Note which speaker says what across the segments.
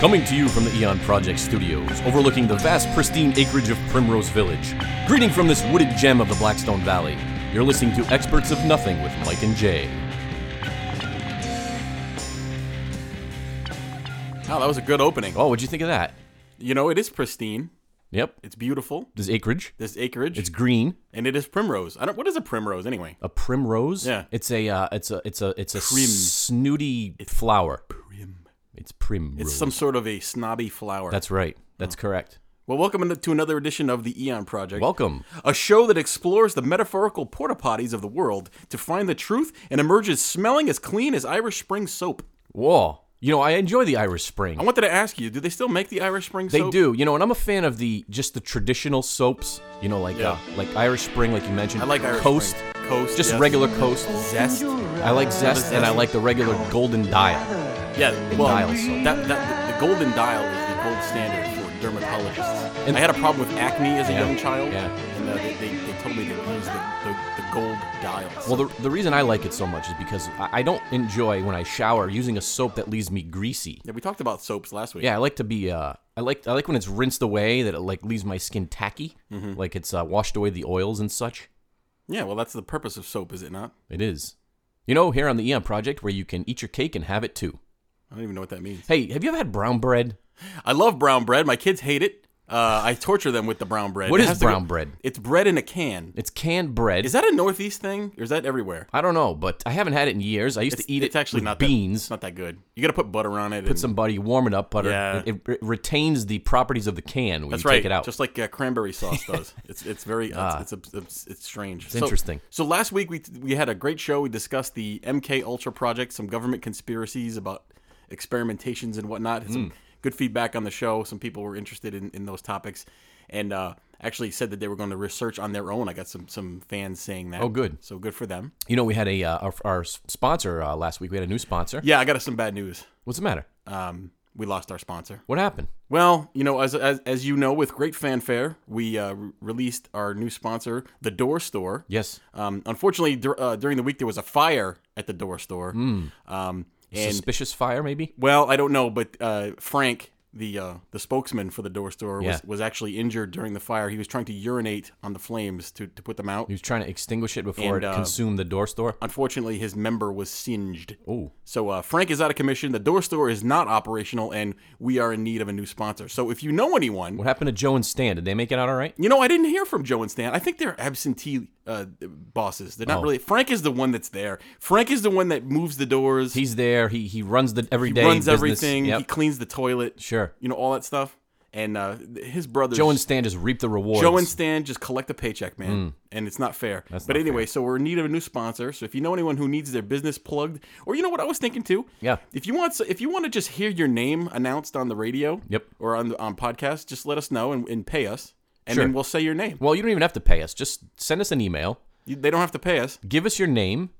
Speaker 1: Coming to you from the Eon Project studios, overlooking the vast, pristine acreage of Primrose Village. Greeting from this wooded gem of the Blackstone Valley, you're listening to Experts of Nothing with Mike and Jay.
Speaker 2: Oh, that was a good opening.
Speaker 1: Oh, what'd you think of that?
Speaker 2: You know, it is pristine.
Speaker 1: Yep,
Speaker 2: It's beautiful.
Speaker 1: this acreage.
Speaker 2: This acreage,
Speaker 1: It's green.
Speaker 2: and it is primrose. I don't. What is a primrose anyway?
Speaker 1: A primrose.
Speaker 2: Yeah.
Speaker 1: It's a uh, it's a it's a it's a
Speaker 2: Prim.
Speaker 1: snooty flower.
Speaker 2: Prim.
Speaker 1: It's primrose.
Speaker 2: It's some Oh. sort of a snobby flower.
Speaker 1: That's right. That's correct.
Speaker 2: well. Welcome into- to another edition of the Eon Project,
Speaker 1: Welcome.
Speaker 2: a show that explores the metaphorical porta potties of the world to find the truth and emerges smelling as clean as Irish Spring soap.
Speaker 1: Whoa. You know, I enjoy the Irish Spring.
Speaker 2: I wanted to ask you, do they still make the Irish Spring
Speaker 1: They
Speaker 2: soap?
Speaker 1: do, you know, and I'm a fan of the just the traditional soaps, you know, like uh, like Irish Spring, like you mentioned.
Speaker 2: I like Irish
Speaker 1: Coast,
Speaker 2: Spring. Coast,
Speaker 1: just
Speaker 2: yes.
Speaker 1: regular Coast.
Speaker 2: zest.
Speaker 1: I like Zest, and I like the regular Golden Dial.
Speaker 2: Yeah, well,
Speaker 1: dial soap.
Speaker 2: that, that the golden dial is the gold standard for dermatologists.
Speaker 1: And-
Speaker 2: I had a problem with acne as a young child,
Speaker 1: yeah.
Speaker 2: and uh, they, they, they told me to use the, the, the gold dial.
Speaker 1: Well, the, the reason I like it so much is because I, I don't enjoy when I shower using a soap that leaves me greasy.
Speaker 2: yeah, we talked about soaps last week.
Speaker 1: Yeah, I like to be. Uh, I like I like when it's rinsed away that it like leaves my skin tacky,
Speaker 2: Mm-hmm.
Speaker 1: like it's uh, washed away the oils and such.
Speaker 2: yeah. Well, that's the purpose of soap, is it not?
Speaker 1: It is, you know, here on the Eon Project where you can eat your cake and have it too.
Speaker 2: I don't even know what that means.
Speaker 1: Hey, have you ever had brown bread?
Speaker 2: I love brown bread. My kids hate it. Uh, I torture them with the brown bread.
Speaker 1: What
Speaker 2: It
Speaker 1: is
Speaker 2: has to go-
Speaker 1: brown bread?
Speaker 2: It's bread in a can.
Speaker 1: It's canned bread.
Speaker 2: Is that a Northeast thing, or is that everywhere?
Speaker 1: I don't know, but I haven't had it in years. I used to eat
Speaker 2: it's
Speaker 1: it
Speaker 2: actually
Speaker 1: with
Speaker 2: not that-
Speaker 1: beans.
Speaker 2: It's not that good. You got to put butter on it.
Speaker 1: put some butter, you warm it up, butter.
Speaker 2: Yeah.
Speaker 1: It, it, it retains the properties of the can when
Speaker 2: That's
Speaker 1: you
Speaker 2: right.
Speaker 1: take it out. Ah.
Speaker 2: Just like uh, cranberry sauce does. it's it's very it's, it's, it's it's strange. It's
Speaker 1: interesting.
Speaker 2: So last week we we had a great show. We discussed the MK Ultra project, some government conspiracies about experimentations and whatnot. Had
Speaker 1: Hmm.
Speaker 2: Some good feedback on the show. Some people were interested in, in those topics, and uh, actually said that they were going to research on their own. I got some some fans saying that.
Speaker 1: Oh, good.
Speaker 2: So good for them.
Speaker 1: you know, we had a uh, our, our sponsor uh, last week. We had a new sponsor.
Speaker 2: Yeah, I got us some bad news.
Speaker 1: What's the matter?
Speaker 2: Um, we lost our sponsor.
Speaker 1: What happened?
Speaker 2: Well, you know, as as, as you know, with great fanfare, we uh, re- released our new sponsor, the Door Store.
Speaker 1: Yes.
Speaker 2: Um, unfortunately, dur- uh, during the week there was a fire at the Door Store.
Speaker 1: Hmm.
Speaker 2: Um, and
Speaker 1: Suspicious fire, maybe?
Speaker 2: well, I don't know, but uh, Frank, the uh, the spokesman for the Door Store,
Speaker 1: Yeah.
Speaker 2: was, was actually injured during the fire. He was trying to urinate on the flames to, to put them out.
Speaker 1: He was trying to extinguish it before
Speaker 2: And,
Speaker 1: it
Speaker 2: uh,
Speaker 1: consumed the door store.
Speaker 2: Unfortunately, his member was singed.
Speaker 1: Oh,
Speaker 2: So uh, Frank is out of commission. The Door Store is not operational, and we are in need of a new sponsor. So if you know anyone.
Speaker 1: what happened to Joe and Stan? Did they make it out all right?
Speaker 2: You know, I didn't hear from Joe and Stan. I think they're absentee uh, bosses. They're
Speaker 1: Oh.
Speaker 2: not really. Frank is the one that's there. Frank is the one that moves the doors.
Speaker 1: He's there. He he runs the everyday.
Speaker 2: runs
Speaker 1: business.
Speaker 2: everything. He
Speaker 1: Yep.
Speaker 2: cleans the toilet.
Speaker 1: Sure.
Speaker 2: You know all that stuff. And uh, th- his brothers,
Speaker 1: Joe and Stan just reap the rewards.
Speaker 2: Joe and Stan, just collect a paycheck, man. And it's not fair. but
Speaker 1: not
Speaker 2: anyway, so we're in need of a new sponsor. So if you know anyone who needs their business plugged, or you know what I was thinking too,
Speaker 1: Yeah.
Speaker 2: If you want, so- if you want to just hear your name announced on the radio,
Speaker 1: Yep.
Speaker 2: or on the, on podcast, just let us know and, and pay us, and
Speaker 1: Sure.
Speaker 2: then we'll say your name.
Speaker 1: well, you don't even have to pay us. Just send us an email.
Speaker 2: You- They don't have to pay us.
Speaker 1: give us your name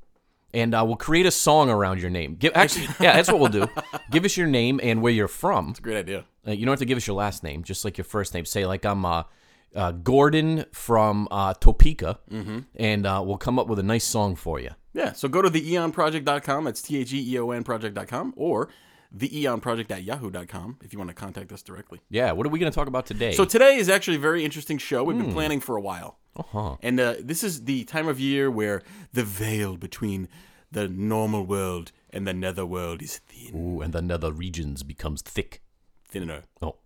Speaker 1: and uh, we'll create a song around your name. Give, actually, yeah, that's what we'll do. Give us your name and where you're from.
Speaker 2: Great idea.
Speaker 1: Uh, you don't have to give us your last name, just like your first name. Say, like, I'm uh, uh, Gordon from uh, Topeka,
Speaker 2: Mm-hmm.
Speaker 1: and uh, we'll come up with a nice song for you.
Speaker 2: Yeah, so go to theeonproject.com. That's T H E E O N project.com or theeonproject.yahoo.com if you want to contact us directly.
Speaker 1: Yeah, what are we going to talk about today?
Speaker 2: So today is actually a very interesting show. We've been planning for a while. Hmm. Uh-huh. And uh, this is the time of year where the veil between the normal world and the netherworld is thin,
Speaker 1: Ooh, and then other regions becomes thick.
Speaker 2: thinner,
Speaker 1: Oh,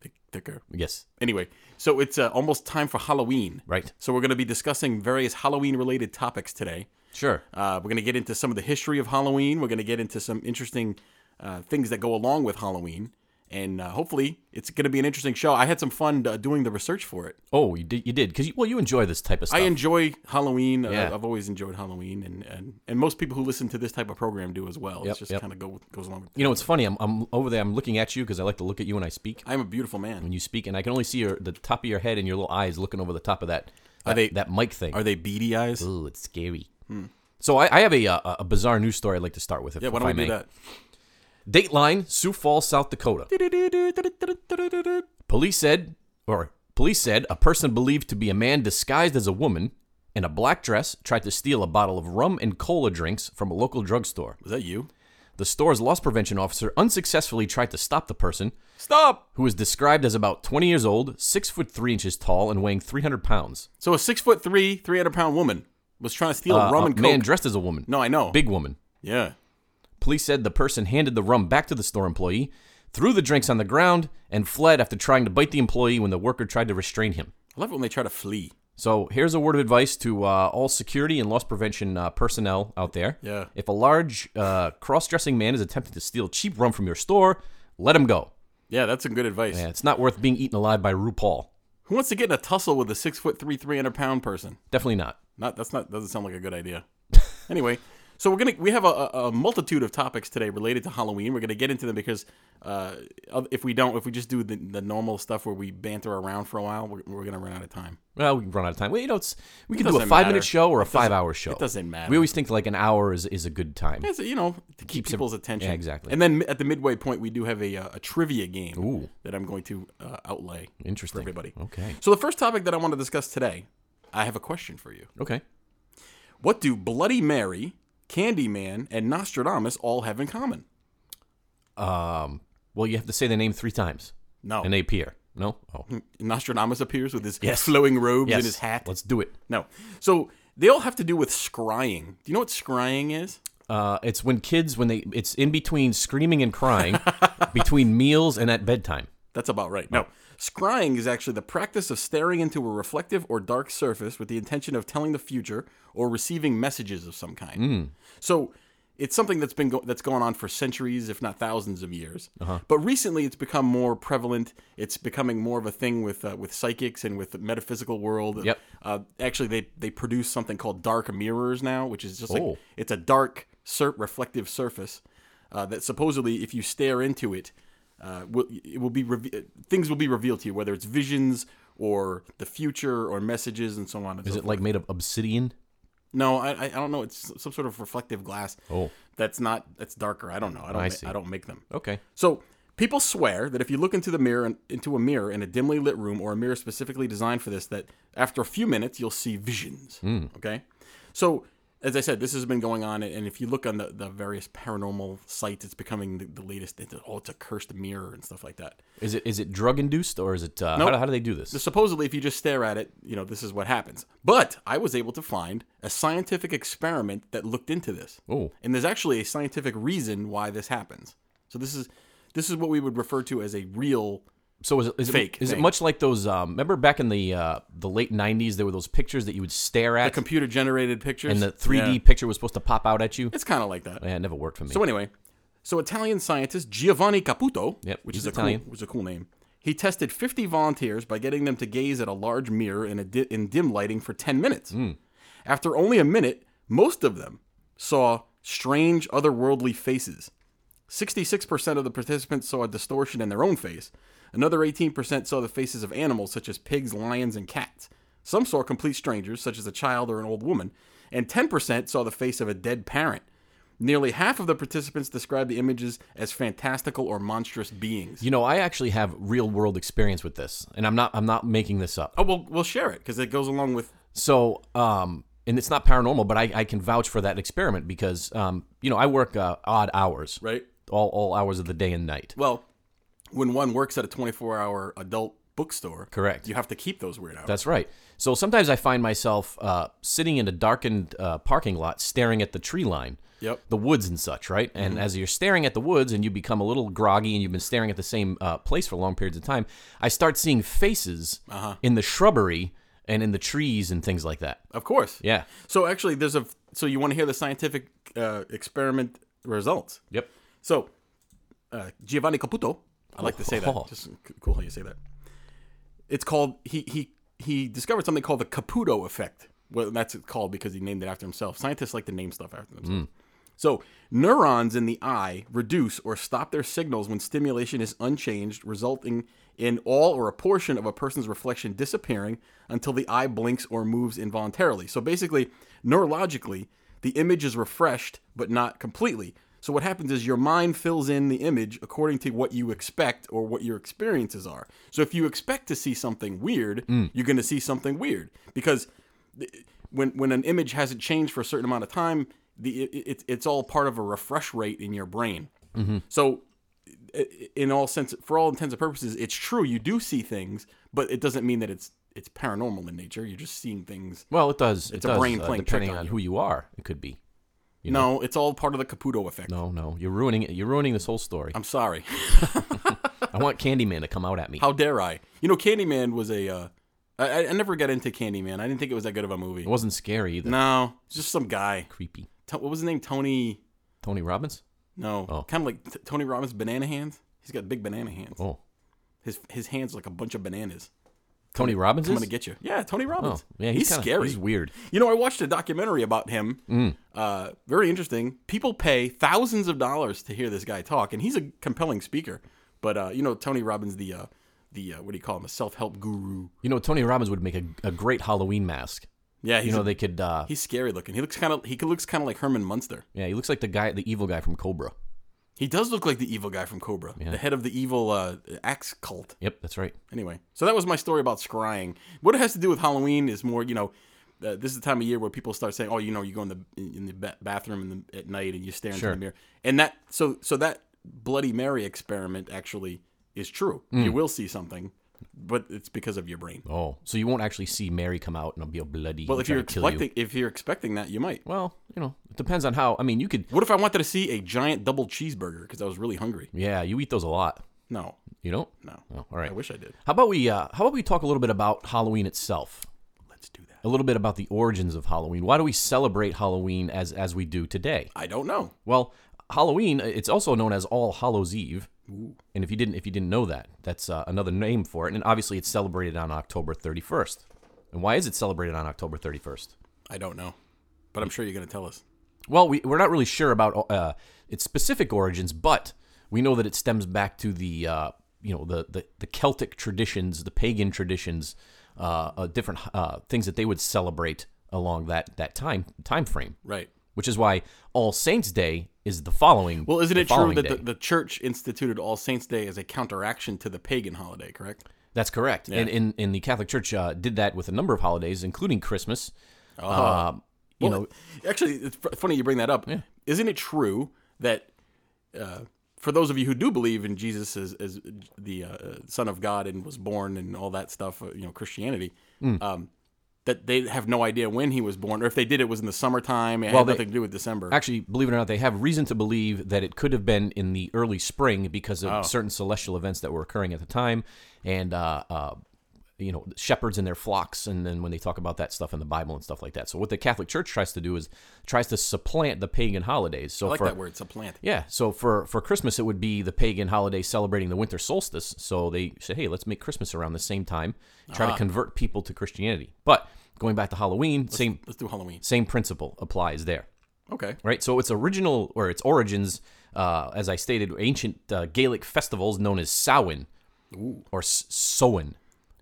Speaker 2: thick, thicker.
Speaker 1: yes,
Speaker 2: Anyway, so it's uh, almost time for Halloween.
Speaker 1: right.
Speaker 2: So we're going to be discussing various Halloween related topics today.
Speaker 1: Sure.
Speaker 2: Uh, we're going to get into some of the history of Halloween. We're going to get into some interesting uh, things that go along with Halloween. And uh, hopefully, it's going to be an interesting show. I had some fun uh, doing the research for it.
Speaker 1: Oh, you did. You did because you, well, you enjoy this type of stuff.
Speaker 2: I enjoy Halloween. Uh,
Speaker 1: Oh. Yeah.
Speaker 2: I've always enjoyed Halloween, and, and, and most people who listen to this type of program do as well.
Speaker 1: Yep,
Speaker 2: it's just
Speaker 1: yep.
Speaker 2: kind of go, goes along with
Speaker 1: you know, it's funny. I'm, I'm over there. I'm looking at you because I like to look at you when I speak.
Speaker 2: I'm a beautiful man.
Speaker 1: when you speak, and I can only see your, the top of your head and your little eyes looking over the top of that that,
Speaker 2: they-
Speaker 1: that mic thing.
Speaker 2: Are they beady eyes?
Speaker 1: Ooh, it's scary. So I, I have a, uh, a bizarre news story I'd like to start with. If,
Speaker 2: Yeah, why
Speaker 1: if
Speaker 2: don't
Speaker 1: I
Speaker 2: we
Speaker 1: may.
Speaker 2: do that?
Speaker 1: Dateline, Sioux Falls, South Dakota. Police said, or police said, a person believed to be a man disguised as a woman in a black dress tried to steal a bottle of rum and cola drinks from a local drugstore.
Speaker 2: Was that you?
Speaker 1: The store's loss prevention officer unsuccessfully tried to stop the person,
Speaker 2: Stop.
Speaker 1: who is described as about 20 years old, 6 foot 3 inches tall, and weighing 300 pounds.
Speaker 2: So a six foot three, three hundred pound woman was trying to steal
Speaker 1: Uh,
Speaker 2: a rum
Speaker 1: a
Speaker 2: and coke.
Speaker 1: man dressed as a woman.
Speaker 2: no, I know.
Speaker 1: Big woman.
Speaker 2: Yeah.
Speaker 1: Police said the person handed the rum back to the store employee, threw the drinks on the ground, and fled after trying to bite the employee when the worker tried to restrain him.
Speaker 2: I love it when they try to flee.
Speaker 1: So here's a word of advice to uh, all security and loss prevention uh, personnel out there.
Speaker 2: Yeah.
Speaker 1: If a large uh, cross-dressing man is attempting to steal cheap rum from your store, let him go.
Speaker 2: Yeah, that's some good advice.
Speaker 1: Yeah, it's not worth being eaten alive by RuPaul.
Speaker 2: Who wants to get in a tussle with a six foot three, three hundred pound person?
Speaker 1: Definitely not.
Speaker 2: Not that's not doesn't sound like a good idea. anyway, so we're gonna we have a, a a multitude of topics today related to Halloween. We're gonna get into them because uh, oth- if we don't, if we just do the, the normal stuff where we banter around for a while, we're, we're gonna run out of time.
Speaker 1: Well, we run out of time. Well, you know, it's, we can do a
Speaker 2: doesn't
Speaker 1: five-minute
Speaker 2: matter.
Speaker 1: show or a five-hour show. It
Speaker 2: doesn't matter.
Speaker 1: We always think like an hour is, is a good time.
Speaker 2: It's, you know, to keep people's attention.
Speaker 1: yeah, exactly.
Speaker 2: And then at the midway point, we do have a, uh, a trivia game
Speaker 1: Ooh.
Speaker 2: that I'm going to uh, outlay for
Speaker 1: Interesting.
Speaker 2: everybody.
Speaker 1: Okay.
Speaker 2: So the first topic that I want to discuss today, I have a question for you.
Speaker 1: Okay.
Speaker 2: What do Bloody Mary, Candyman, and Nostradamus all have in common?
Speaker 1: Um, well, you have to say the name three times,
Speaker 2: No.
Speaker 1: and they appear. No. Oh,
Speaker 2: Nostradamus appears with his
Speaker 1: Yes.
Speaker 2: flowing robes
Speaker 1: yes.
Speaker 2: and his hat.
Speaker 1: Let's do it.
Speaker 2: No. So they all have to do with scrying. Do you know what scrying is?
Speaker 1: Uh, it's when kids when they it's in between screaming and crying, between meals and at bedtime.
Speaker 2: That's about right. No. Scrying is actually the practice of staring into a reflective or dark surface with the intention of telling the future or receiving messages of some kind.
Speaker 1: Hmm.
Speaker 2: So it's something that's been go- that's going on for centuries, if not thousands of years.
Speaker 1: Uh-huh.
Speaker 2: But recently, it's become more prevalent. It's becoming more of a thing with uh, with psychics and with the metaphysical world.
Speaker 1: Yep.
Speaker 2: Uh, actually, they they produce something called dark mirrors now, which is just
Speaker 1: Oh.
Speaker 2: like it's a dark sur- reflective surface uh, that supposedly, if you stare into it, uh, will, it will be reve- things will be revealed to you, whether it's visions or the future or messages and so on. And
Speaker 1: Is
Speaker 2: so
Speaker 1: it like made of obsidian?
Speaker 2: no, I, I I don't know. It's some sort of reflective glass.
Speaker 1: Oh.
Speaker 2: that's not that's darker. I don't know. I don't.
Speaker 1: I
Speaker 2: I,
Speaker 1: see.
Speaker 2: I don't make them.
Speaker 1: Okay.
Speaker 2: So people swear that if you look into the mirror and into a mirror in a dimly lit room or a mirror specifically designed for this, that after a few minutes you'll see visions. Okay. So as I said, this has been going on, and if you look on the, the various paranormal sites, it's becoming the, the latest. It's, oh, it's a cursed mirror and stuff like that.
Speaker 1: Is it is it drug induced or is it uh, how, do- how do they do this?
Speaker 2: Supposedly, if you just stare at it, you know this is what happens. But I was able to find a scientific experiment that looked into this.
Speaker 1: Oh,
Speaker 2: And there's actually a scientific reason why this happens. So this is this is what we would refer to as a real
Speaker 1: so is it, is it,
Speaker 2: Fake
Speaker 1: is it
Speaker 2: thing.
Speaker 1: much like those? Um, remember back in the uh, the late '90s, there were those pictures that you would stare at,
Speaker 2: computer generated pictures.
Speaker 1: and the 3D
Speaker 2: Yeah.
Speaker 1: picture was supposed to pop out at you.
Speaker 2: It's kind of like that.
Speaker 1: Yeah, it never worked for me.
Speaker 2: So anyway, so Italian scientist Giovanni Caputo,
Speaker 1: Yep,
Speaker 2: which
Speaker 1: he's
Speaker 2: is a
Speaker 1: Italian.
Speaker 2: cool, was a cool name. He tested 50 volunteers by getting them to gaze at a large mirror in a di- in dim lighting for 10 minutes.
Speaker 1: Hmm.
Speaker 2: After only a minute, most of them saw strange otherworldly faces. 66% of the participants saw a distortion in their own face. Another 18% saw the faces of animals such as pigs, lions, and cats. Some saw complete strangers, such as a child or an old woman, and 10% saw the face of a dead parent. Nearly half of the participants described the images as fantastical or monstrous beings.
Speaker 1: you know, I actually have real world experience with this, and I'm not I'm not making this up.
Speaker 2: Oh, we'll, we'll share it because it goes along with.
Speaker 1: So, um, and it's not paranormal, but I, I can vouch for that experiment because, um, you know, I work uh, odd hours,
Speaker 2: Right.
Speaker 1: All, all hours of the day and night.
Speaker 2: Well, when one works at a 24 hour adult bookstore,
Speaker 1: Correct.
Speaker 2: you have to keep those weird hours.
Speaker 1: That's right. So sometimes I find myself uh, sitting in a darkened uh, parking lot, staring at the tree line,
Speaker 2: Yep. Mm-hmm.
Speaker 1: the woods and such, right? And as you're staring at the woods and you become a little groggy and you've been staring at the same uh, place for long periods of time, I start seeing faces
Speaker 2: Uh-huh.
Speaker 1: in the shrubbery and in the trees and things like that.
Speaker 2: Of course.
Speaker 1: Yeah.
Speaker 2: So actually, there's a. So you want to hear the scientific uh, experiment results?
Speaker 1: Yep.
Speaker 2: So uh, Giovanni Caputo. I like to say that. Just c- cool how you say that. It's called he he he discovered something called the Caputo effect. Well, that's it called because he named it after himself. Scientists like to name stuff after themselves. So neurons in the eye reduce or stop their signals when stimulation is unchanged, resulting in all or a portion of a person's reflection disappearing until the eye blinks or moves involuntarily. So basically, neurologically, the image is refreshed but not completely. So what happens is your mind fills in the image according to what you expect or what your experiences are. So if you expect to see something weird, you're going to see something weird because th- when when an image hasn't changed for a certain amount of
Speaker 1: Mm-hmm.
Speaker 2: time, the it, it, it's all part of a refresh rate in your brain. So i- in all sense, for all intents and purposes, it's true. You do see things, but it doesn't mean that it's it's paranormal in nature. You're just seeing things.
Speaker 1: Well, it does.
Speaker 2: It's
Speaker 1: it
Speaker 2: a
Speaker 1: does,
Speaker 2: brain
Speaker 1: uh,
Speaker 2: playing trick
Speaker 1: depending
Speaker 2: on
Speaker 1: on
Speaker 2: you.
Speaker 1: who you are. It could be.
Speaker 2: No, it's all part of the Caputo effect.
Speaker 1: No, no, you're ruining it. You're ruining this whole story.
Speaker 2: I'm sorry.
Speaker 1: I want Candyman to come out at me.
Speaker 2: How dare I? You know, Candyman was a. Uh, I, I- I never got into Candyman. I didn't think it was that good of a movie.
Speaker 1: It wasn't scary either.
Speaker 2: No, it's just some guy.
Speaker 1: Creepy.
Speaker 2: To- what was his name? Tony.
Speaker 1: Tony Robbins.
Speaker 2: No,
Speaker 1: Oh.
Speaker 2: kind of like t- Tony Robbins' banana hands. He's got big banana hands.
Speaker 1: Oh,
Speaker 2: His his hands like a bunch of bananas.
Speaker 1: Tony Robbins
Speaker 2: I'm
Speaker 1: is.
Speaker 2: gonna get you. Yeah, Tony
Speaker 1: oh,
Speaker 2: Robbins.
Speaker 1: yeah, he's, kinda-
Speaker 2: scary.
Speaker 1: He's Mm. weird.
Speaker 2: You know, I watched a documentary about him. Uh, very interesting. People pay thousands of dollars to hear this guy talk, and he's a compelling speaker. But uh, you know, Tony Robbins, the uh, the uh, what do you call him, a self help guru.
Speaker 1: You know, Tony Robbins would make a, a great Halloween mask.
Speaker 2: Yeah, he's
Speaker 1: You know,
Speaker 2: a-
Speaker 1: they could. Uh,
Speaker 2: he's scary looking. He looks kind of he looks kind of like Herman Munster.
Speaker 1: yeah, he looks like the guy, the evil guy from Cobra.
Speaker 2: He does look like the evil guy from Cobra, the head of the evil uh, axe cult.
Speaker 1: Yep, that's right.
Speaker 2: Anyway, so that was my story about scrying. What it has to do with Halloween is more, you know, uh, this is the time of year where people start saying, "Oh, you know, you go in the in the ba- bathroom in the, at night and you stare into
Speaker 1: Sure.
Speaker 2: the mirror," and that so so that Bloody Mary experiment actually is true.
Speaker 1: Mm.
Speaker 2: You will see something, but it's because of your brain.
Speaker 1: Oh, so you won't actually see Mary come out and be all bloody.
Speaker 2: Well,
Speaker 1: and
Speaker 2: if
Speaker 1: try
Speaker 2: you're
Speaker 1: to kill you.
Speaker 2: expecting if you're expecting that, you might.
Speaker 1: well, you know, it depends on how. I mean, you could.
Speaker 2: What if I wanted to see a giant double cheeseburger because I was really hungry?
Speaker 1: Yeah, you eat those a lot.
Speaker 2: No,
Speaker 1: You don't.
Speaker 2: no.
Speaker 1: Oh, all right.
Speaker 2: I wish I did.
Speaker 1: How about we? Uh, how about we talk a little bit about Halloween itself?
Speaker 2: Let's do
Speaker 1: A
Speaker 2: that.
Speaker 1: little bit about the origins of Halloween. Why do we celebrate Halloween as as we do today?
Speaker 2: I don't know.
Speaker 1: Well, Halloween uh, it's also known as All Hallows Eve. And if you didn't if you didn't know that, that's uh, another name for it. And obviously, it's celebrated on October 31st. And why is it celebrated on October 31st?
Speaker 2: I don't know, but I'm sure you're gonna tell us.
Speaker 1: Well, we, we're not really sure about uh, its specific origins, but we know that it stems back to the uh, you know the, the the Celtic traditions, the pagan traditions, uh, uh, different uh, things that they would celebrate along that that time time frame.
Speaker 2: Right.
Speaker 1: Which is why All Saints' Day is the following.
Speaker 2: Well, isn't
Speaker 1: the
Speaker 2: it true
Speaker 1: following
Speaker 2: that the,
Speaker 1: day.
Speaker 2: the church instituted All Saints Day as a counteraction to the pagan holiday, correct?
Speaker 1: That's correct. And in, in the Catholic Church uh, did that with a number of holidays, including Christmas. Uh, you know,
Speaker 2: Actually, it's f- funny you bring that up. Isn't it true that uh, for those of you who do believe in Jesus as, as the uh, Son of God and was born and all that stuff, uh, you know, Christianity,
Speaker 1: Mm.
Speaker 2: um, that they have no idea when he was born, or if they did, it was in the summertime. It
Speaker 1: Well,
Speaker 2: had
Speaker 1: they-
Speaker 2: nothing to do with December.
Speaker 1: actually, believe it or not, they have reason to believe that it could have been in the early spring because
Speaker 2: Oh.
Speaker 1: of certain celestial events that were occurring at the time, and uh, uh, you know, shepherds and their flocks, and then when they talk about that stuff in the Bible and stuff like that. So what the Catholic Church tries to do is tries to supplant the pagan holidays. So
Speaker 2: I like
Speaker 1: for
Speaker 2: that word, supplant.
Speaker 1: Yeah, so for for Christmas it would be the pagan holiday celebrating the winter solstice. So they said, "Hey, let's make Christmas around the same time, try to convert people to Christianity." But going back to Halloween, same
Speaker 2: Ah. Let's do Halloween.
Speaker 1: same principle applies there,
Speaker 2: Okay.
Speaker 1: right? So its original or its origins, uh, as I stated, were ancient uh, Gaelic festivals known as Samhain or S- Sowen,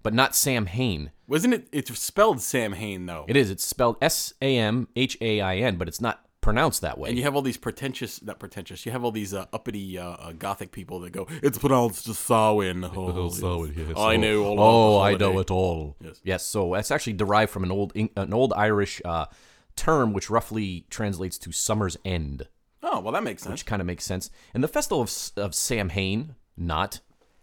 Speaker 1: but not Samhain.
Speaker 2: Wasn't it? It's spelled Sam Hain, though.
Speaker 1: It is. It's spelled S A M H A I N, but it's not pronounced that way.
Speaker 2: And you have all these pretentious, not pretentious, you have all these uh, uppity uh, uh, gothic people that go, it's pronounced Samhain. Oh, I know all
Speaker 1: Oh, I
Speaker 2: about the
Speaker 1: know
Speaker 2: holiday."
Speaker 1: it all.
Speaker 2: Yes.
Speaker 1: So that's actually derived from an old Eng- an old Irish uh, term, which roughly translates to summer's end,
Speaker 2: Oh, well, that makes sense.
Speaker 1: which kind of makes sense. And the festival of, S- of Samhain, not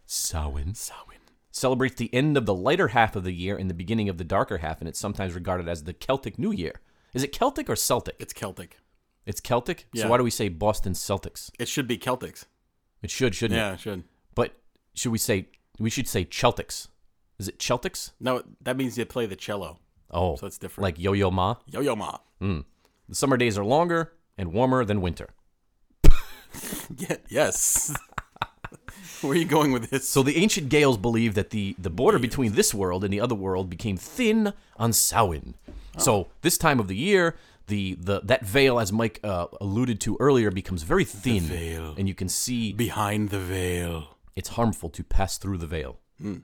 Speaker 1: Samhain,
Speaker 2: Samhain.
Speaker 1: celebrates the end of the lighter half of the year and the beginning of the darker half, and it's sometimes regarded as the Celtic New Year. Is it Celtic or Celtic?
Speaker 2: It's Celtic.
Speaker 1: It's Celtic.
Speaker 2: Yeah.
Speaker 1: So why do we say Boston Celtics?
Speaker 2: It should be Celtics.
Speaker 1: It should, shouldn't it?
Speaker 2: Yeah, it should.
Speaker 1: But should we say we should say Celtics? Is it Celtics?
Speaker 2: No, that means you play the cello.
Speaker 1: Oh,
Speaker 2: So it's different.
Speaker 1: like Yo-Yo Ma.
Speaker 2: Yo Yo Ma.
Speaker 1: The summer days are longer and warmer than winter.
Speaker 2: Yeah, yes. Where are you going with this?
Speaker 1: So the ancient Gaels believed that the, the border between this world and the other world became thin on Samhain. So this time of the year, the, the that veil, as Mike uh, alluded to earlier, becomes very thin,
Speaker 2: veil.
Speaker 1: and you can see
Speaker 2: Behind the veil.
Speaker 1: it's harmful to pass through the veil.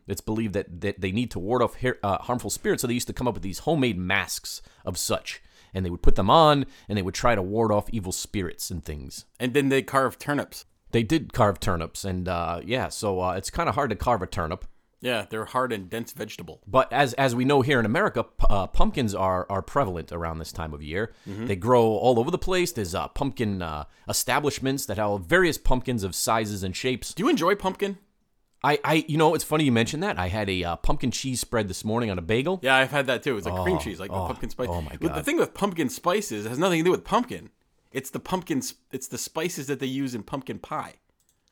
Speaker 1: It's believed that, that they need to ward off her- uh, harmful spirits, so they used to come up with these homemade masks of such, and they would put them on, and they would try to ward off evil spirits and things.
Speaker 2: And then they carve turnips.
Speaker 1: They did carve turnips, and uh, yeah, so uh, it's kind of hard to carve a turnip.
Speaker 2: Yeah, they're hard and dense vegetable.
Speaker 1: But as as we know here in America, p- uh, pumpkins are are prevalent around this time of year.
Speaker 2: Mm-hmm.
Speaker 1: They grow all over the place. There's uh, pumpkin uh, establishments that have various pumpkins of sizes and shapes.
Speaker 2: Do you enjoy pumpkin?
Speaker 1: I, I you know it's funny you mentioned that. I had a uh, pumpkin cheese spread this morning on a bagel.
Speaker 2: Yeah, I've had that too. It's like cream cheese, like the pumpkin spice.
Speaker 1: oh my
Speaker 2: But The
Speaker 1: God.
Speaker 2: thing with pumpkin spices has nothing to do with pumpkin. It's the pumpkin. s- It's the spices that they use in pumpkin pie,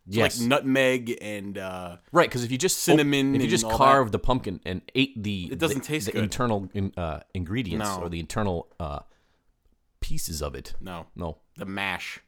Speaker 1: yes,
Speaker 2: like nutmeg and uh,
Speaker 1: right. Because if you just
Speaker 2: cinnamon
Speaker 1: if you
Speaker 2: and
Speaker 1: just
Speaker 2: all that.
Speaker 1: carved the pumpkin and ate the it
Speaker 2: doesn't
Speaker 1: the,
Speaker 2: taste
Speaker 1: the
Speaker 2: good.
Speaker 1: internal in, uh, ingredients
Speaker 2: No.
Speaker 1: or the internal uh, pieces of it.
Speaker 2: no,
Speaker 1: No,
Speaker 2: the mash,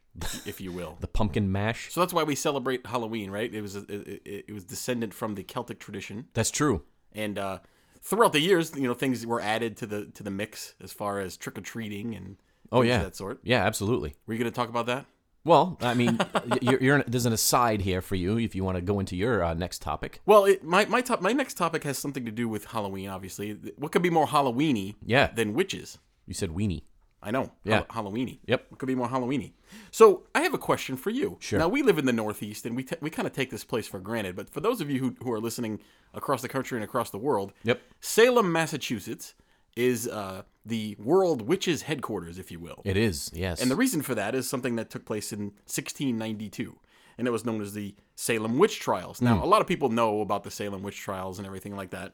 Speaker 2: if you will.
Speaker 1: the pumpkin mash.
Speaker 2: So that's why we celebrate Halloween, right? It was it, it, it was descendant from the Celtic tradition,
Speaker 1: That's true.
Speaker 2: and uh, throughout the years, you know, things were added to the to the mix as far as trick or treating and
Speaker 1: Oh
Speaker 2: things
Speaker 1: yeah,
Speaker 2: of that sort.
Speaker 1: Yeah, absolutely.
Speaker 2: Were you going to talk about that?
Speaker 1: Well, I mean, y- you're, you're, there's an aside here for you if you want to go into your uh, next topic.
Speaker 2: Well, it, my my top my next topic has something to do with Halloween. Obviously, what could be more Halloweeny
Speaker 1: Yeah.
Speaker 2: than witches?
Speaker 1: You said weenie.
Speaker 2: I know.
Speaker 1: Yeah.
Speaker 2: Hall- Halloweeny.
Speaker 1: Yep.
Speaker 2: What could be more Halloweeny? So I have a question for you.
Speaker 1: Sure.
Speaker 2: Now we live in the Northeast, and we t- we kind of take this place for granted. But for those of you who who are listening across the country and across the world,
Speaker 1: Yep.
Speaker 2: Salem, Massachusetts, is uh, the world witches' headquarters, if you will.
Speaker 1: It is, yes.
Speaker 2: And the reason for that is something that took place in 1692, and it was known as the Salem Witch Trials. Now,
Speaker 1: Hmm.
Speaker 2: a lot of people know about the Salem Witch Trials and everything like that,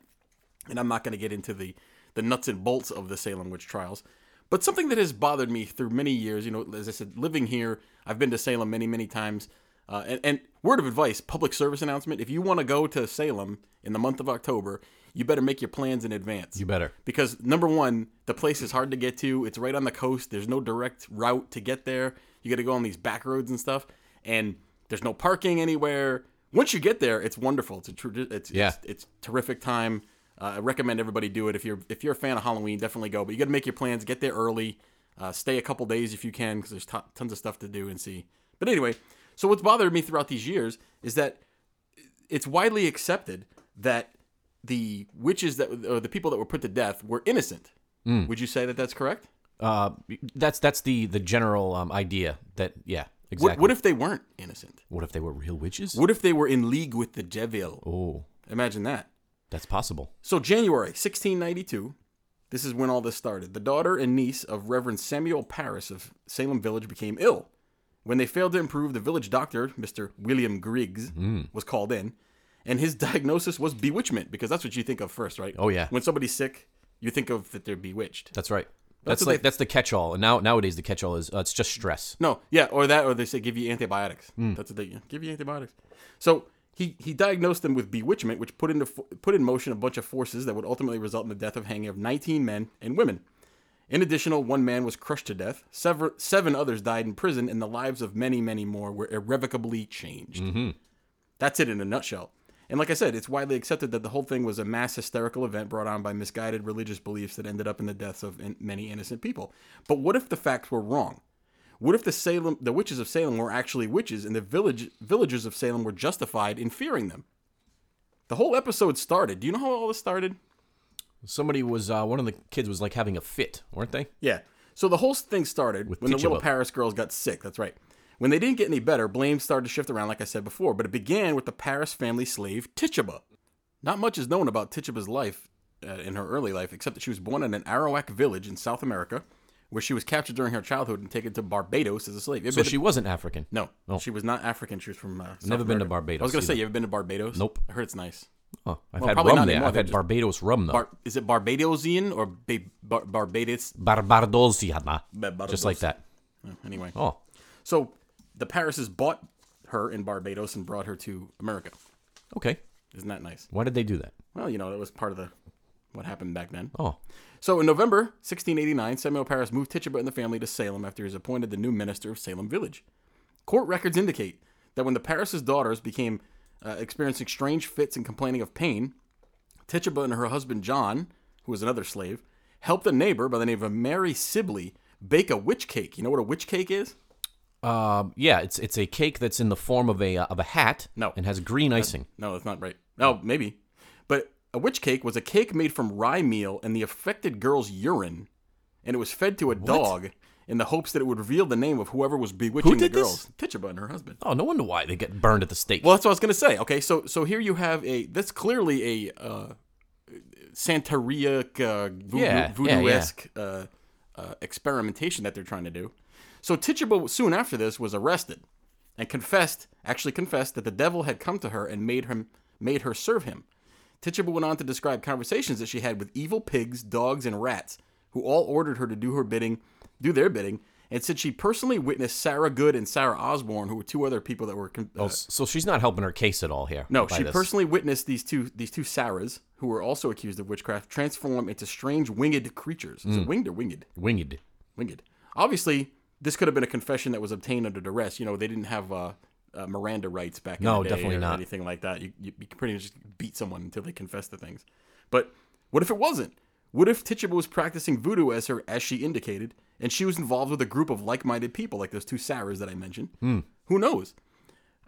Speaker 2: and I'm not going to get into the, the nuts and bolts of the Salem Witch Trials. But something that has bothered me through many years, you know, as I said, living here, I've been to Salem many, many times. Uh, and, and word of advice, public service announcement: if you want to go to Salem in the month of October, you better make your plans in advance
Speaker 1: you better.
Speaker 2: because number one, the place is hard to get to. It's right on the coast. There's no direct route to get there. You got to go on these back roads and stuff, and there's no parking anywhere. Once you get there, it's wonderful. It's a true. It's,
Speaker 1: Yeah.
Speaker 2: it's it's terrific time. Uh, I recommend everybody do it. If you're if you're a fan of Halloween, definitely go. But you got to make your plans. Get there early. Uh, stay a couple days if you can, because there's to- tons of stuff to do and see. But anyway, so what's bothered me throughout these years is that it's widely accepted that the witches that or the people that were put to death were innocent.
Speaker 1: Hmm.
Speaker 2: Would you say that that's correct?
Speaker 1: Uh, that's that's the the general um, idea that yeah exactly.
Speaker 2: What, what if they weren't innocent?
Speaker 1: What if they were real witches?
Speaker 2: What if they were in league with the devil?
Speaker 1: oh,
Speaker 2: Imagine that.
Speaker 1: that's possible.
Speaker 2: So January 1692, this is when all this started. The daughter and niece of Reverend Samuel Parris of Salem Village became ill. When they failed to improve, the village doctor, Mr. William Griggs,
Speaker 1: Mm.
Speaker 2: was called in, and his diagnosis was bewitchment because that's what you think of first, right?
Speaker 1: Oh, yeah.
Speaker 2: When somebody's sick, you think of that they're bewitched.
Speaker 1: That's right. That's,
Speaker 2: what
Speaker 1: like
Speaker 2: they-
Speaker 1: that's the catch-all. And now nowadays the catch-all is uh, it's just stress.
Speaker 2: No, yeah, or that, or they say give you antibiotics. That's what they yeah, give you antibiotics. So he he diagnosed them with bewitchment, which put into fo- put in motion a bunch of forces that would ultimately result in the death of hanging of 19 men and women. In addition, one man was crushed to death. Sever- seven others died in prison, and the lives of many, many more were irrevocably changed. That's it in a nutshell. And like I said, it's widely accepted that the whole thing was a mass hysterical event brought on by misguided religious beliefs that ended up in the deaths of in- many innocent people. But what if the facts were wrong? What if the Salem, the witches of Salem, were actually witches, and the village villagers of Salem were justified in fearing them? The whole episode started. Do you know how all this started?
Speaker 1: Somebody was uh, one of the kids was like having a fit, weren't they?
Speaker 2: Yeah. So the whole thing started when the
Speaker 1: Teachable.
Speaker 2: little Paris girls got sick. That's right. When they didn't get any better, blame started to shift around, like I said before. But it began with the Paris family slave Tituba. Not much is known about Tituba's life uh, in her early life, except that she was born in an Arawak village in South America, where she was captured during her childhood and taken to Barbados as a slave. You ever
Speaker 1: So
Speaker 2: been to-
Speaker 1: she wasn't African.
Speaker 2: no, she was not African. She was from uh, South
Speaker 1: Never been to
Speaker 2: America.
Speaker 1: Barbados
Speaker 2: I was gonna
Speaker 1: either.
Speaker 2: say, you ever been to Barbados?
Speaker 1: Nope.
Speaker 2: I heard it's nice.
Speaker 1: Oh, I've had
Speaker 2: probably
Speaker 1: rum
Speaker 2: not
Speaker 1: there.
Speaker 2: anymore.
Speaker 1: I've
Speaker 2: They're
Speaker 1: had
Speaker 2: just-
Speaker 1: Barbados rum though.
Speaker 2: Bar- is it Barbadosian or ba- Bar- Barbados?
Speaker 1: Barbadosiana.
Speaker 2: Barbados.
Speaker 1: Just like that.
Speaker 2: Oh, Anyway,
Speaker 1: Oh,
Speaker 2: so the Parises bought her in Barbados and brought her to America.
Speaker 1: okay.
Speaker 2: Isn't that nice?
Speaker 1: Why did they do that?
Speaker 2: Well, you know that was part of the what happened back then.
Speaker 1: Oh,
Speaker 2: So in November 1689, Samuel Paris moved Tituba and the family to Salem after he was appointed the new minister of Salem Village. Court records indicate that when the Paris's daughters became uh, experiencing strange fits and complaining of pain, Tituba and her husband John, who was another slave, helped a neighbor by the name of Mary Sibley bake a witch cake. You know what a witch cake is?
Speaker 1: um, yeah. It's it's a cake that's in the form of a uh, of a hat.
Speaker 2: No.
Speaker 1: and has green icing.
Speaker 2: No, that's not right. No, maybe. But a witch cake was a cake made from rye meal and the affected girl's urine, and it was fed to a dog in the hopes that it would reveal the name of whoever was bewitching
Speaker 1: Who did
Speaker 2: the
Speaker 1: this?
Speaker 2: girls. Tituba and her husband.
Speaker 1: Oh, no wonder why they get burned at the stake.
Speaker 2: Well, that's what I was gonna say. Okay, so so here you have a that's clearly a uh, Santeria uh, voodoo,
Speaker 1: Yeah, yeah, yeah.
Speaker 2: voodoo-esque Uh, uh, experimentation that they're trying to do. So Tituba soon after this was arrested and confessed, actually confessed that the devil had come to her and made him made her serve him. Tituba went on to describe conversations that she had with evil pigs, dogs, and rats, who all ordered her to do her bidding, do their bidding, and said she personally witnessed Sarah Good and Sarah Osborne, who were two other people that were con- uh,
Speaker 1: so she's not helping her case at all here.
Speaker 2: no,
Speaker 1: by
Speaker 2: she
Speaker 1: this.
Speaker 2: personally witnessed these two these two Sarahs, who were also accused of witchcraft, transform into strange winged creatures.
Speaker 1: Mm.
Speaker 2: Is it winged or winged?
Speaker 1: winged.
Speaker 2: Winged. Obviously, this could have been a confession that was obtained under duress. You know, they didn't have uh, uh, Miranda rights back in
Speaker 1: No,
Speaker 2: the day
Speaker 1: definitely
Speaker 2: or
Speaker 1: not.
Speaker 2: anything like that. You, you, you could pretty much just beat someone until they confessed to things. But what if it wasn't? What if Tituba was practicing voodoo as her as she indicated, and she was involved with a group of like-minded people like those two Sarahs that I mentioned?
Speaker 1: Hmm.
Speaker 2: Who knows?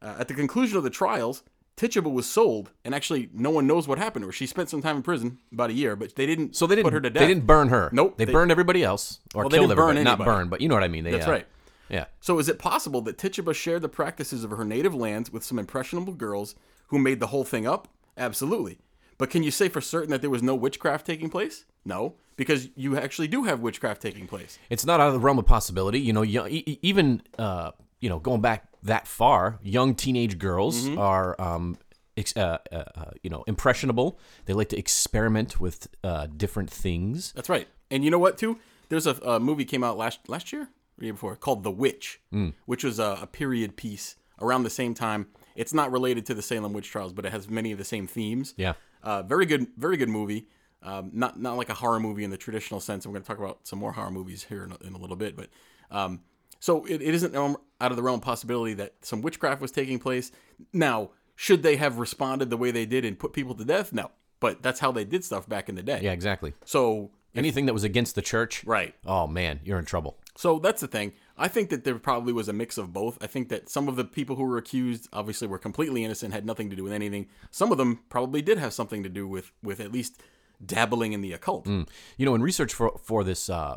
Speaker 2: Uh, at the conclusion of the trials, Tituba was sold, and actually, no one knows what happened to her. She spent some time in prison, about a year, but they didn't.
Speaker 1: So they didn't
Speaker 2: put her to death.
Speaker 1: They didn't burn her.
Speaker 2: Nope,
Speaker 1: They,
Speaker 2: they-
Speaker 1: burned everybody else or
Speaker 2: Well, they
Speaker 1: killed
Speaker 2: didn't burn
Speaker 1: everybody. Not
Speaker 2: anybody.
Speaker 1: burn, but you know what I mean. They,
Speaker 2: That's
Speaker 1: uh,
Speaker 2: right.
Speaker 1: Yeah.
Speaker 2: So is it possible that Tituba shared the practices of her native lands with some impressionable girls who made the whole thing up? Absolutely. But can you say for certain that there was no witchcraft taking place? No, because you actually do have witchcraft taking place.
Speaker 1: It's not out of the realm of possibility. You know, young, e- e- even uh, you know, going back that far, young teenage girls are um, ex- uh, uh, uh, you know, impressionable. They like to experiment with uh, different things.
Speaker 2: That's right. And you know what, too? There's a, a movie came out last last year, or the year before, called The Witch, which was a, a period piece around the same time. It's not related to the Salem witch trials, but it has many of the same themes.
Speaker 1: Yeah.
Speaker 2: Uh, very good, very good movie. Um, not not like a horror movie in the traditional sense. I'm going to talk about some more horror movies here in a, in a little bit, but um, so it, it isn't um, out of the realm of possibility that some witchcraft was taking place. Now, should they have responded the way they did and put people to death? No, but that's how they did stuff back in the day.
Speaker 1: Yeah, exactly.
Speaker 2: So
Speaker 1: Anything that was against the church.
Speaker 2: right.
Speaker 1: Oh man, you're in trouble.
Speaker 2: So that's the thing. I think that there probably was a mix of both. I think that some of the people who were accused obviously were completely innocent, had nothing to do with anything. Some of them probably did have something to do with with at least dabbling in the occult.
Speaker 1: You know, in research for for this uh,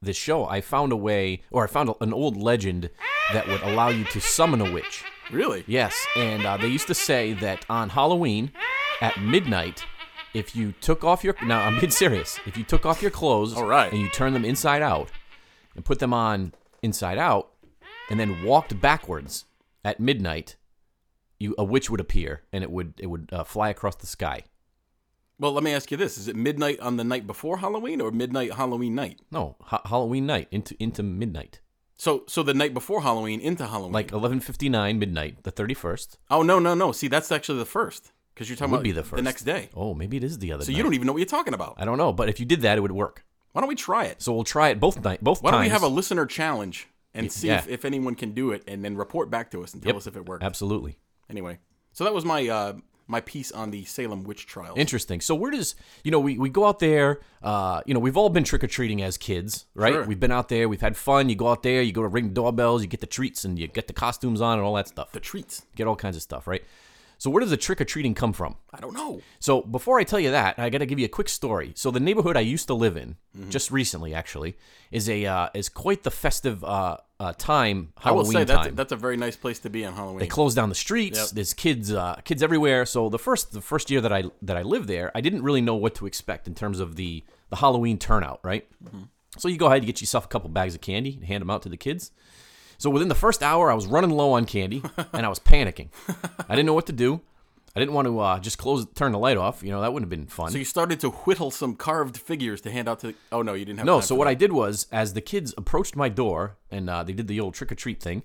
Speaker 1: this show, I found a way, or I found a, an old legend that would allow you to summon a witch.
Speaker 2: Really?
Speaker 1: Yes, and uh, they used to say that on Halloween at midnight, if you took off your now I'm being serious, if you took off your clothes
Speaker 2: All right.
Speaker 1: and you turned them inside out and put them on inside out, and then walked backwards at midnight, you a witch would appear and it would it would uh, fly across the sky.
Speaker 2: Well, let me ask you this: Is it midnight on the night before Halloween or midnight Halloween night?
Speaker 1: No, ha- Halloween night into into midnight,
Speaker 2: So, so the night before Halloween into Halloween.
Speaker 1: like 11:59 midnight, the 31st.
Speaker 2: oh no, no, no! See, that's actually the first because you're talking
Speaker 1: Would
Speaker 2: about
Speaker 1: be the first.
Speaker 2: next day.
Speaker 1: Oh, maybe it is the other.
Speaker 2: So
Speaker 1: night.
Speaker 2: you don't even know what you're talking about.
Speaker 1: I don't know, but if you did that, it would work.
Speaker 2: Why don't we try it?
Speaker 1: So we'll try it both night, both
Speaker 2: Why don't
Speaker 1: times.
Speaker 2: we have a listener challenge and see
Speaker 1: yeah.
Speaker 2: if, if anyone can do it, and then report back to us and tell us if it worked.
Speaker 1: Absolutely.
Speaker 2: Anyway, so that was my uh, my piece on the Salem witch trials.
Speaker 1: Interesting. So where does you know we, we go out there? Uh, you know we've all been trick or treating as kids, right?
Speaker 2: Sure.
Speaker 1: We've been out there, we've had fun. You go out there, you go to ring doorbells, you get the treats, and you get the costumes on and all that stuff.
Speaker 2: the treats.
Speaker 1: Get all kinds of stuff, right? So where does the trick or treating come from?
Speaker 2: I don't know.
Speaker 1: So before I tell you that, I got to give you a quick story. So the neighborhood I used to live in,
Speaker 2: Mm-hmm.
Speaker 1: just recently actually, is a uh, is quite the festive uh, uh, time.
Speaker 2: I will
Speaker 1: Halloween
Speaker 2: say
Speaker 1: time.
Speaker 2: that's that's a very nice place to be on Halloween.
Speaker 1: They closed down the streets. There's kids, uh, kids everywhere. So the first, the first year that I that I lived there, I didn't really know what to expect in terms of the the Halloween turnout, right? So you go ahead, you get yourself a couple bags of candy, and hand them out to the kids. So within the first hour, I was running low on candy, and I was panicking. I didn't know what to do. I didn't want to uh, just close, turn the light off. You know that wouldn't have been fun.
Speaker 2: so you started to whittle some carved figures to hand out to. The, oh no, you didn't have.
Speaker 1: No,
Speaker 2: time
Speaker 1: so
Speaker 2: for
Speaker 1: what I did was, as the kids approached my door and uh, they did the old trick or treat thing,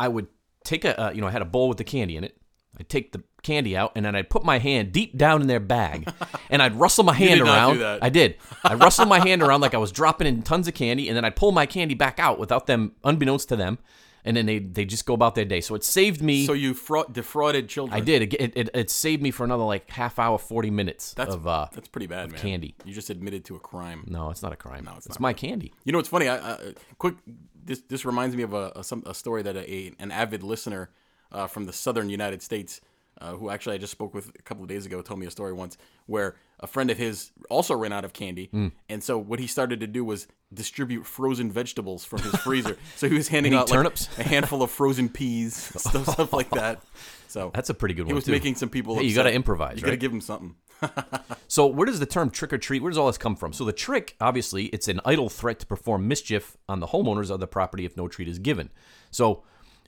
Speaker 1: I would take a, uh, you know, I had a bowl with the candy in it. I'd take the candy out and then I'd put my hand deep down in their bag and I'd rustle my hand
Speaker 2: did not
Speaker 1: around.
Speaker 2: do that.
Speaker 1: I did. I'd rustle my hand around like I was dropping in tons of candy and then I'd pull my candy back out without them, unbeknownst to them. And then they they just go about their day. So it saved me.
Speaker 2: so you fraud, defrauded children.
Speaker 1: I did. It, it, it, it saved me for another like half hour, 40 minutes
Speaker 2: That's,
Speaker 1: of. Uh,
Speaker 2: that's pretty bad, man.
Speaker 1: candy.
Speaker 2: You just admitted to a crime.
Speaker 1: no, it's not a crime. No,
Speaker 2: it's
Speaker 1: it's my candy.
Speaker 2: You know, it's funny. I, I quick. This this reminds me of a a, some, a story that a, an avid listener uh, from the southern United States uh, who actually I just spoke with a couple of days ago, told me a story once where a friend of his also ran out of candy,
Speaker 1: Hmm.
Speaker 2: and so what he started to do was distribute frozen vegetables from his freezer. so he was handing
Speaker 1: Any
Speaker 2: out like,
Speaker 1: turnips?
Speaker 2: a handful of frozen peas, stuff, stuff like that. So
Speaker 1: That's a pretty good
Speaker 2: he
Speaker 1: one
Speaker 2: was
Speaker 1: too.
Speaker 2: making some people.
Speaker 1: Hey, you
Speaker 2: upset.
Speaker 1: gotta improvise,
Speaker 2: You gotta
Speaker 1: right?
Speaker 2: give him something.
Speaker 1: So where does the term trick or treat? Where does all this come from? So the trick, obviously, it's an idle threat to perform mischief on the homeowners of the property if no treat is given. So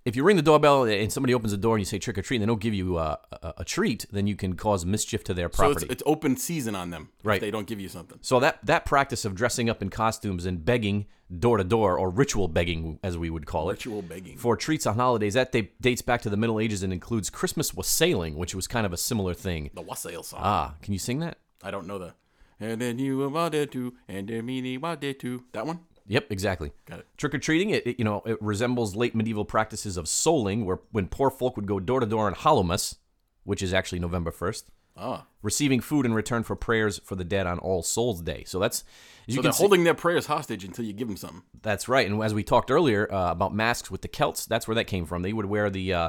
Speaker 1: if you ring the doorbell and somebody opens the door and you say trick or treat, and they don't give you uh, a, a treat, then you can cause mischief to their
Speaker 2: So
Speaker 1: property.
Speaker 2: it's, it's open season on them.
Speaker 1: Right.
Speaker 2: If they don't give you something.
Speaker 1: So that that practice of dressing up in costumes and begging door to door or ritual begging as we would call it
Speaker 2: Ritual begging.
Speaker 1: for treats on holidays that da- dates back to the Middle Ages and includes Christmas wassailing, which was kind of a similar thing.
Speaker 2: The wassail song.
Speaker 1: Ah, can you sing that?
Speaker 2: I don't know the. And then you wanted to, and then me wanted to. That one?
Speaker 1: Yep, exactly.
Speaker 2: Got it.
Speaker 1: Trick or treating, it, it you know it resembles late medieval practices of souling, where when poor folk would go door to door on Hallowmas, which is actually November first,
Speaker 2: Ah.
Speaker 1: receiving food in return for prayers for the dead on All Souls Day. So that's you
Speaker 2: So
Speaker 1: can
Speaker 2: they're
Speaker 1: see-
Speaker 2: holding their prayers hostage until you give them something.
Speaker 1: That's right. And as we talked earlier uh, about masks with the Celts, that's where that came from. They would wear the, uh,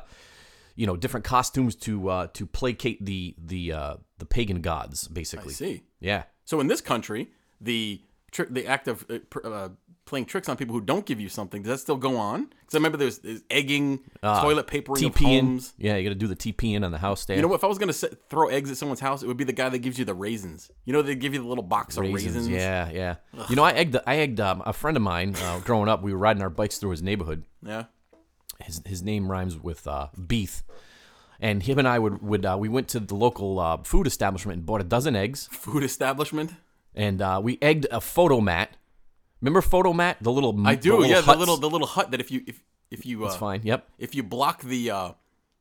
Speaker 1: you know, different costumes to uh, to placate the the uh, the pagan gods,
Speaker 2: I
Speaker 1: basically.
Speaker 2: see.
Speaker 1: Yeah.
Speaker 2: So in this country, the tri- the act of uh, pr- uh, playing tricks on people who don't give you something does that still go on? Because I remember there's, there's egging,
Speaker 1: Ah.
Speaker 2: toilet papering of
Speaker 1: TPing.
Speaker 2: homes.
Speaker 1: Yeah, you got to do the TPing on the house stand.
Speaker 2: You know, what? if I was gonna set, throw eggs at someone's house, it would be the guy that gives you the raisins. You know, they give you the little box of raisins.
Speaker 1: Yeah, yeah. You know, I egged I egged um, a friend of mine uh, growing up. We were riding our bikes through his neighborhood.
Speaker 2: yeah.
Speaker 1: His his name rhymes with uh, Beeth. And him and I would would uh, we went to the local uh, food establishment and bought a dozen eggs.
Speaker 2: Food establishment.
Speaker 1: and uh, we egged a photo mat. Remember photo mat? The little
Speaker 2: I do. yeah,
Speaker 1: huts?
Speaker 2: the little the little hut that if you if if you
Speaker 1: It's
Speaker 2: uh,
Speaker 1: fine. Yep.
Speaker 2: if you block the uh,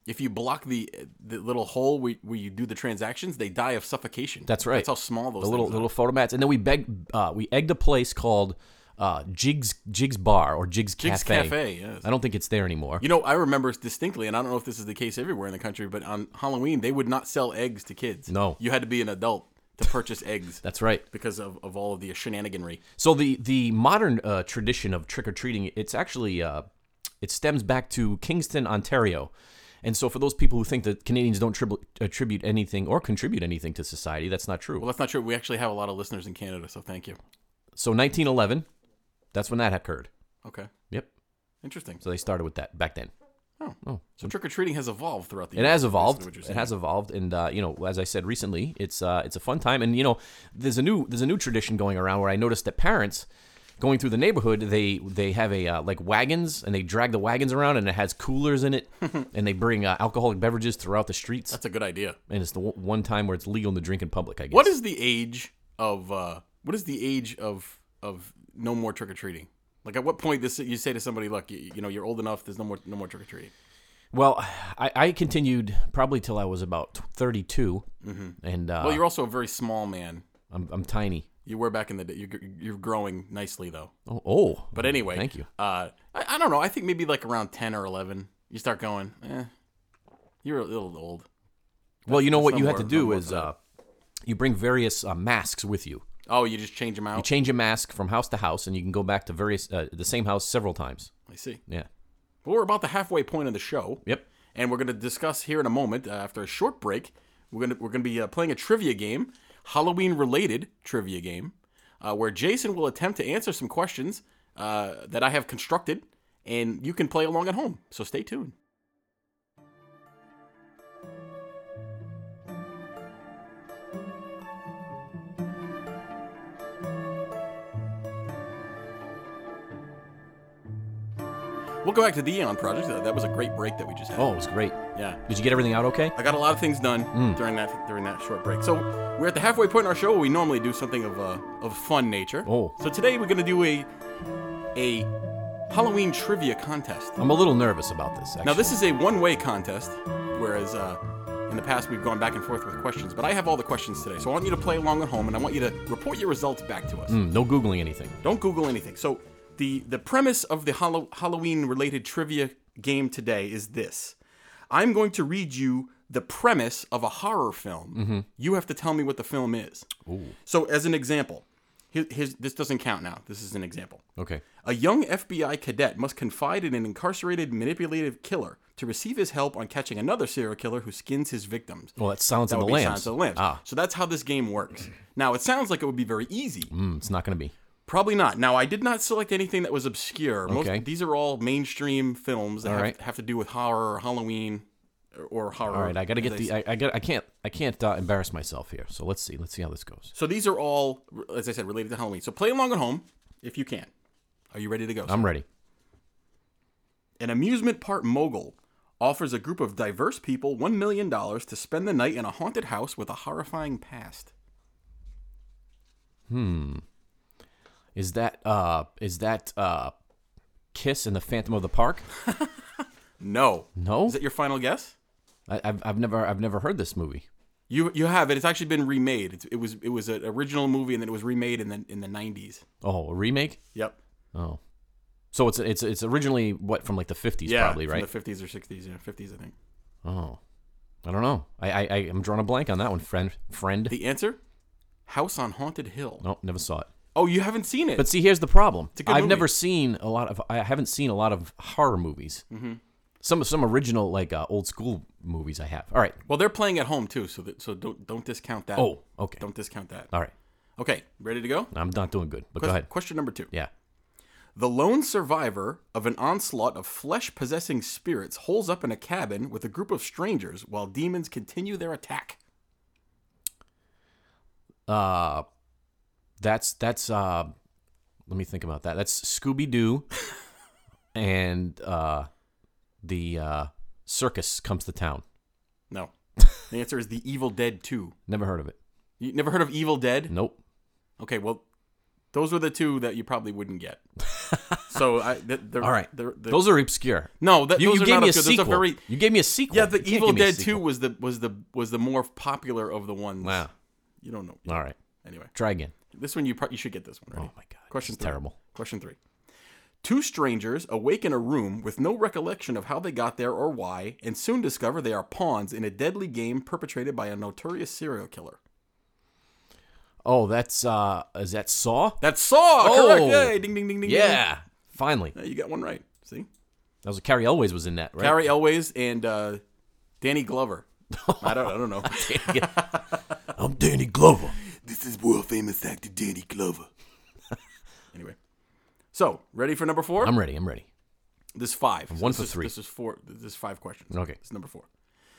Speaker 2: if you block the the little hole where, where you do the transactions, they die of suffocation.
Speaker 1: That's right.
Speaker 2: That's how small those
Speaker 1: The little
Speaker 2: things
Speaker 1: little photo mats, and then we begged uh, we egged a place called uh, Jigs Jigs Bar or Jigs,
Speaker 2: Are. It's
Speaker 1: Cafe.
Speaker 2: cafe. Yes.
Speaker 1: I don't think it's there anymore.
Speaker 2: You know, I remember distinctly, and I don't know if this is the case everywhere in the country, but on Halloween they would not sell eggs to kids.
Speaker 1: No.
Speaker 2: you had to be an adult to purchase eggs
Speaker 1: That's right.
Speaker 2: because of, of all of the shenaniganry.
Speaker 1: So the the modern uh, tradition of trick or treating, it's actually uh, it stems back to Kingston, Ontario. And so, for those people who think that Canadians don't tribu- attribute anything or contribute anything to society, that's not true.
Speaker 2: Well, that's not true. We actually have a lot of listeners in Canada, so thank you.
Speaker 1: So, 1911, that's when that occurred.
Speaker 2: Okay,
Speaker 1: Yep.
Speaker 2: interesting.
Speaker 1: So they started with that back then.
Speaker 2: Oh, so trick or treating has evolved throughout the.
Speaker 1: It
Speaker 2: years,
Speaker 1: has
Speaker 2: is
Speaker 1: evolved.
Speaker 2: what you're
Speaker 1: It
Speaker 2: saying.
Speaker 1: has evolved, and uh, you know, as I said recently, it's uh, it's a fun time. And you know, there's a new there's a new tradition going around where I noticed that parents going through the neighborhood they they have a uh, like wagons and they drag the wagons around and it has coolers in it and they bring uh, alcoholic beverages throughout the streets
Speaker 2: That's a good idea.
Speaker 1: and it's the w- one time where it's legal to drink in public i guess
Speaker 2: What is the age of uh, what is the age of of no more trick or treating? Like at what point this you say to somebody, look, you, you know, you're old enough. There's no more no more trick or treating.
Speaker 1: well I, I continued probably till i was about 32 and uh,
Speaker 2: Mm-hmm. Well, you're also a very small man.
Speaker 1: I'm, I'm tiny
Speaker 2: You were back in the day. You're, you're growing nicely though.
Speaker 1: oh, oh
Speaker 2: But anyway,
Speaker 1: thank you
Speaker 2: Uh, I, I don't know. I think maybe like around ten or eleven, you start going, eh, you're a little old.
Speaker 1: Well, you know what you
Speaker 2: some
Speaker 1: have to
Speaker 2: more-
Speaker 1: do
Speaker 2: more
Speaker 1: is
Speaker 2: than
Speaker 1: uh, you bring various uh, masks with you.
Speaker 2: Oh, you just change them
Speaker 1: You
Speaker 2: out.
Speaker 1: change a mask from house to house, and you can go back to various uh, the same house several times.
Speaker 2: I see.
Speaker 1: Yeah.
Speaker 2: Well, we're about the halfway point of the show.
Speaker 1: Yep.
Speaker 2: and we're going to discuss here in a moment uh, after a short break. We're going to we're going to be uh, playing a trivia game, Halloween related trivia game, uh, where Jason will attempt to answer some questions uh, that I have constructed, and you can play along at home. So stay tuned. We'll go back to the Eon Project. Uh, That was a great break that we just had.
Speaker 1: Oh, it was great.
Speaker 2: yeah.
Speaker 1: Did you get everything out okay?
Speaker 2: I got a lot of things done during that during that short break. So we're at the halfway point in our show where we normally do something of uh, of fun nature.
Speaker 1: Oh.
Speaker 2: So today we're gonna do a a Halloween trivia contest.
Speaker 1: I'm a little nervous about this. Actually.
Speaker 2: Now this is a one way contest, whereas uh, in the past we've gone back and forth with questions. But I have all the questions today, so I want you to play along at home and I want you to report your results back to us.
Speaker 1: Mm, no googling anything.
Speaker 2: Don't Google anything. So the the premise of the Hallow- Halloween related trivia game today is this: I'm going to read you the
Speaker 1: Mm-hmm.
Speaker 2: premise of a horror film. You have to tell me what the film is. So as an example, his, his, this doesn't count now. This is an example.
Speaker 1: Okay.
Speaker 2: A young FBI cadet must confide in an incarcerated manipulative killer to receive his help on catching another serial killer who skins his victims.
Speaker 1: Well, that's Silence
Speaker 2: That
Speaker 1: of
Speaker 2: would
Speaker 1: the
Speaker 2: be
Speaker 1: Lambs.
Speaker 2: Silence of the Lambs.
Speaker 1: Ah,
Speaker 2: So that's how this game works. Now, it sounds like it would be very easy.
Speaker 1: mm, it's not going to be.
Speaker 2: Probably not. Now, I did not select anything that was obscure. Most,
Speaker 1: Okay.
Speaker 2: These are all mainstream films that have,
Speaker 1: right.
Speaker 2: have to do with horror, Halloween, or, or horror.
Speaker 1: All right, I got to
Speaker 2: as
Speaker 1: get
Speaker 2: I
Speaker 1: the. uh, I, I got. I can't. I can't uh, embarrass myself here. So let's see. Let's see how this goes.
Speaker 2: So these are all, as I said, related to Halloween. So play along at home if you can. Are you ready to go?
Speaker 1: I'm ready.
Speaker 2: An amusement park mogul offers a group of diverse people $1 million to spend the night in a haunted house with a horrifying past.
Speaker 1: Is that uh is that uh Kiss and the Phantom of the Park?
Speaker 2: No.
Speaker 1: No,
Speaker 2: Is that your final guess?
Speaker 1: I, I've I've never I've never heard this movie.
Speaker 2: You you have it. It's actually been remade. It's, it was it was an original movie and then it was remade in the in the 90s.
Speaker 1: Oh, a remake.
Speaker 2: Yep.
Speaker 1: Oh, so it's it's it's originally what from like the fifties probably right?
Speaker 2: From the 50s or 60s, yeah, 50s I think.
Speaker 1: oh, I don't know. I I I- I'm drawing a blank on that one. Friend friend.
Speaker 2: The answer? House on Haunted Hill.
Speaker 1: no, never saw it.
Speaker 2: Oh, you haven't seen it.
Speaker 1: But see, here's the problem.
Speaker 2: a good
Speaker 1: I've
Speaker 2: movie.
Speaker 1: never seen a lot of. I haven't seen a lot of horror movies. Mm-hmm. Some some original like uh, old school movies. I have. All right.
Speaker 2: well, they're playing at home too, so that, so don't don't discount that.
Speaker 1: Oh, okay.
Speaker 2: Don't discount that.
Speaker 1: All right.
Speaker 2: Okay, ready to go?
Speaker 1: I'm not doing good. But go
Speaker 2: Quest-
Speaker 1: ahead.
Speaker 2: Question number 2.
Speaker 1: Yeah.
Speaker 2: The lone survivor of an onslaught of flesh possessing spirits holes up in a cabin with a group of strangers while demons continue their attack.
Speaker 1: Uh, that's that's uh, let me think about that. That's Scooby Doo, and uh, the uh, circus comes to town.
Speaker 2: No. the answer is The Evil Dead 2.
Speaker 1: Never heard of it.
Speaker 2: You never heard of Evil Dead?
Speaker 1: Nope.
Speaker 2: Okay, well, those were the two that you probably wouldn't get. so, I. Th- they're,
Speaker 1: All right.
Speaker 2: They're, they're-
Speaker 1: Those are obscure.
Speaker 2: no, that,
Speaker 1: You,
Speaker 2: those
Speaker 1: you
Speaker 2: are
Speaker 1: gave
Speaker 2: not
Speaker 1: me a
Speaker 2: obscure. Those are
Speaker 1: sequel.
Speaker 2: very-
Speaker 1: you gave me a sequel.
Speaker 2: yeah, the
Speaker 1: You can't
Speaker 2: Evil
Speaker 1: give me a
Speaker 2: Dead
Speaker 1: sequel.
Speaker 2: 2 was the was the was the more popular of the ones.
Speaker 1: Wow.
Speaker 2: You don't know.
Speaker 1: All right.
Speaker 2: Anyway,
Speaker 1: Try again.
Speaker 2: this one you pro- you should get this one. Ready?
Speaker 1: Oh my god.
Speaker 2: Question
Speaker 1: Question
Speaker 2: three.
Speaker 1: terrible.
Speaker 2: Question three. Two strangers awake in a room with no recollection of how they got there or why, and soon discover they are pawns in a deadly game perpetrated by a notorious serial killer.
Speaker 1: Oh, that's uh, is that Saw?
Speaker 2: That's Saw!
Speaker 1: Oh!
Speaker 2: Correct! Yay! Ding, ding, ding, ding.
Speaker 1: Yeah. Finally,
Speaker 2: ding. Yeah, you got one right. See?
Speaker 1: that was Carrie Elways was in that, right?
Speaker 2: Carrie Elways and uh, Danny Glover. I don't, I don't know.
Speaker 1: I'm Danny Glover.
Speaker 2: this is world famous actor Danny Glover. anyway. So, ready for number 4
Speaker 1: I'm ready. I'm ready.
Speaker 2: This is five. So
Speaker 1: one
Speaker 2: this
Speaker 1: for
Speaker 2: is-
Speaker 1: three.
Speaker 2: This is four. This is five questions.
Speaker 1: Okay.
Speaker 2: It's number four.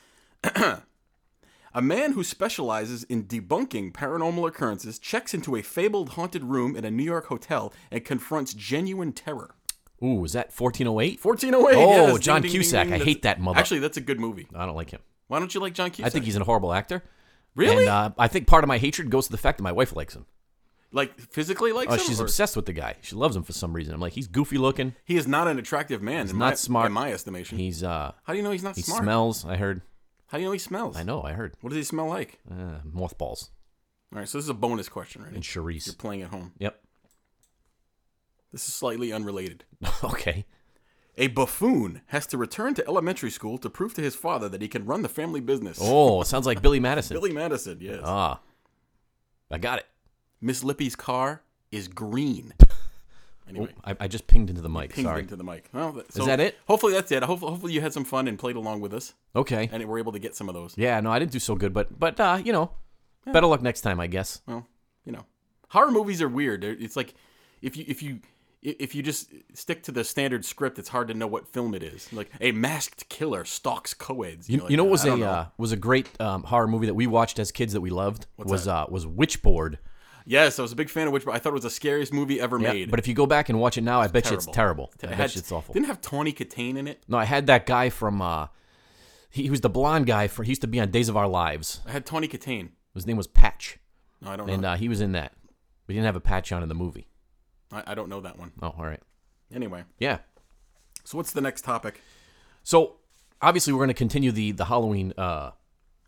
Speaker 2: a man who specializes in debunking paranormal occurrences checks into a fabled haunted room in a New York hotel and confronts genuine terror.
Speaker 1: Ooh, is that 1408?
Speaker 2: 1408.
Speaker 1: Oh,
Speaker 2: yes, ding,
Speaker 1: John
Speaker 2: ding, ding,
Speaker 1: Cusack.
Speaker 2: ding.
Speaker 1: I
Speaker 2: That's-
Speaker 1: hate that mother-
Speaker 2: Actually, that's a good movie.
Speaker 1: I don't like him.
Speaker 2: Why don't you like John Cusack?
Speaker 1: I think he's a horrible actor.
Speaker 2: Really?
Speaker 1: And uh, I think part of my hatred goes to the fact that my wife likes him.
Speaker 2: like physically likes
Speaker 1: Oh,
Speaker 2: him.
Speaker 1: she's
Speaker 2: or-
Speaker 1: obsessed with the guy. She loves him for some reason. I'm like, he's goofy looking.
Speaker 2: He is not an attractive man. in
Speaker 1: not
Speaker 2: my,
Speaker 1: smart.
Speaker 2: in my estimation.
Speaker 1: He's uh,
Speaker 2: How do you know he's not
Speaker 1: he
Speaker 2: smart?
Speaker 1: smells. I heard.
Speaker 2: How do you know he smells?
Speaker 1: I know. I heard.
Speaker 2: What does he smell like?
Speaker 1: Uh, mothballs
Speaker 2: All right, so this is a bonus question, right?
Speaker 1: and Charisse.
Speaker 2: You're playing at home.
Speaker 1: Yep.
Speaker 2: This is slightly unrelated.
Speaker 1: okay.
Speaker 2: A buffoon has to return to elementary school to prove to his father that he can run the family business.
Speaker 1: Oh, sounds like Billy Madison.
Speaker 2: Billy Madison, yes.
Speaker 1: Ah, I got it.
Speaker 2: Miss Lippy's car is green. Anyway,
Speaker 1: Oh, I, I just pinged into the mic.
Speaker 2: pinged
Speaker 1: Oh. Sorry.
Speaker 2: into the mic. Well, th- so
Speaker 1: that it?
Speaker 2: Hopefully that's it. Hopefully, hopefully you had some fun and played along with us,
Speaker 1: Okay.
Speaker 2: and we're able to get some of those.
Speaker 1: Yeah. No, I didn't do so good, but but uh, you know, better luck next time, I guess.
Speaker 2: Well, you know, horror movies are weird. They're- It's like if you if you if you just stick to the standard script, it's hard to know what film it is. Like a masked killer stalks co-eds.
Speaker 1: You,
Speaker 2: You're
Speaker 1: you know
Speaker 2: like,
Speaker 1: what was
Speaker 2: I
Speaker 1: a
Speaker 2: don't know.
Speaker 1: Uh, was a great um, horror movie that we watched as kids that we loved was uh was Witchboard.
Speaker 2: Yes, I was a big fan of Witch, but I thought it was the scariest movie ever
Speaker 1: Yeah,
Speaker 2: made.
Speaker 1: but if you go back and watch it now, I bet you it's terrible. I
Speaker 2: It
Speaker 1: bet
Speaker 2: had-
Speaker 1: you it's awful.
Speaker 2: Didn't have Tawny Katane in it.
Speaker 1: No, I had that guy from uh he, he was the blonde guy for he used to be on Days of Our Lives.
Speaker 2: I had Tawny Katane.
Speaker 1: His name was Patch.
Speaker 2: No, I don't know.
Speaker 1: And uh, he was in that. We didn't have a patch on in the movie.
Speaker 2: I, I don't know that one.
Speaker 1: Oh, all right.
Speaker 2: Anyway,
Speaker 1: Yeah.
Speaker 2: so what's the next topic?
Speaker 1: So obviously we're going to continue the the Halloween uh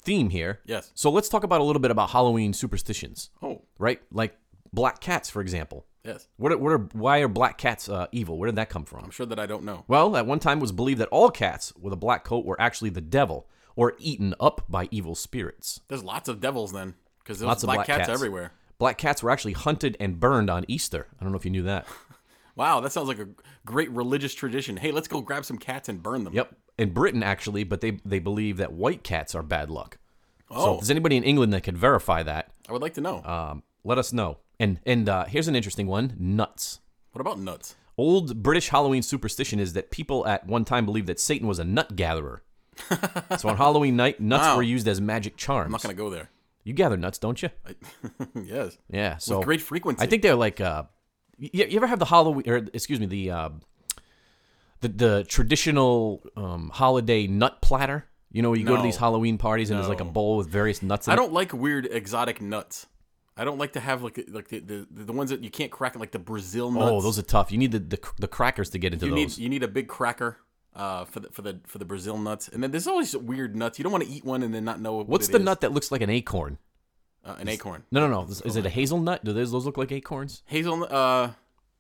Speaker 1: theme here.
Speaker 2: Yes.
Speaker 1: So let's talk about a little bit about Halloween superstitions,
Speaker 2: Oh,
Speaker 1: right? Like black cats, for example.
Speaker 2: yes.
Speaker 1: What are, what are why are black cats uh, evil? Where did that come from?
Speaker 2: I'm sure that I don't know.
Speaker 1: Well, at one time it was believed that all cats with a black coat were actually the devil or eaten up by evil spirits.
Speaker 2: There's lots of devils then, because there's
Speaker 1: Lots of
Speaker 2: black,
Speaker 1: black
Speaker 2: cats,
Speaker 1: cats.
Speaker 2: everywhere.
Speaker 1: black cats were actually hunted and burned on Easter. I don't know if you knew that.
Speaker 2: Wow, that sounds like a great religious tradition. Hey, let's go grab some cats and burn them.
Speaker 1: Yep. In Britain, actually, but they they believe that white cats are bad luck. So,
Speaker 2: Oh.
Speaker 1: if there's anybody in England that can verify that,
Speaker 2: I would like to know.
Speaker 1: um, let us know. And and uh, here's an interesting one: nuts.
Speaker 2: what about nuts?
Speaker 1: Old British Halloween superstition is that people at one time believed that Satan was a nut gatherer. so on Halloween night, nuts were used as magic charms.
Speaker 2: I'm not going to go there.
Speaker 1: You gather nuts, don't you?
Speaker 2: I, yes.
Speaker 1: Yeah. So
Speaker 2: Great frequency.
Speaker 1: I think they're like uh, you, you ever have the Halloween or excuse me the uh, the the traditional um, holiday nut platter. You know, you go to
Speaker 2: No.
Speaker 1: these Halloween parties and there's like a
Speaker 2: No.
Speaker 1: bowl with various nuts. In
Speaker 2: I don't like weird exotic nuts. I don't like to have like like the the, the ones that you can't crack like the Brazil
Speaker 1: It.
Speaker 2: nuts.
Speaker 1: Oh, those are tough. You need the the, the crackers to get into
Speaker 2: you
Speaker 1: those.
Speaker 2: need you need a big cracker uh, for the for the for the Brazil nuts. And then there's always weird nuts. You don't want to eat one and then not know what
Speaker 1: What's
Speaker 2: it
Speaker 1: the
Speaker 2: is.
Speaker 1: nut that looks like an acorn?
Speaker 2: Uh, an acorn.
Speaker 1: No, no, no. Is, is it a hazelnut? Do those, those look like acorns?
Speaker 2: Hazelnut. Uh,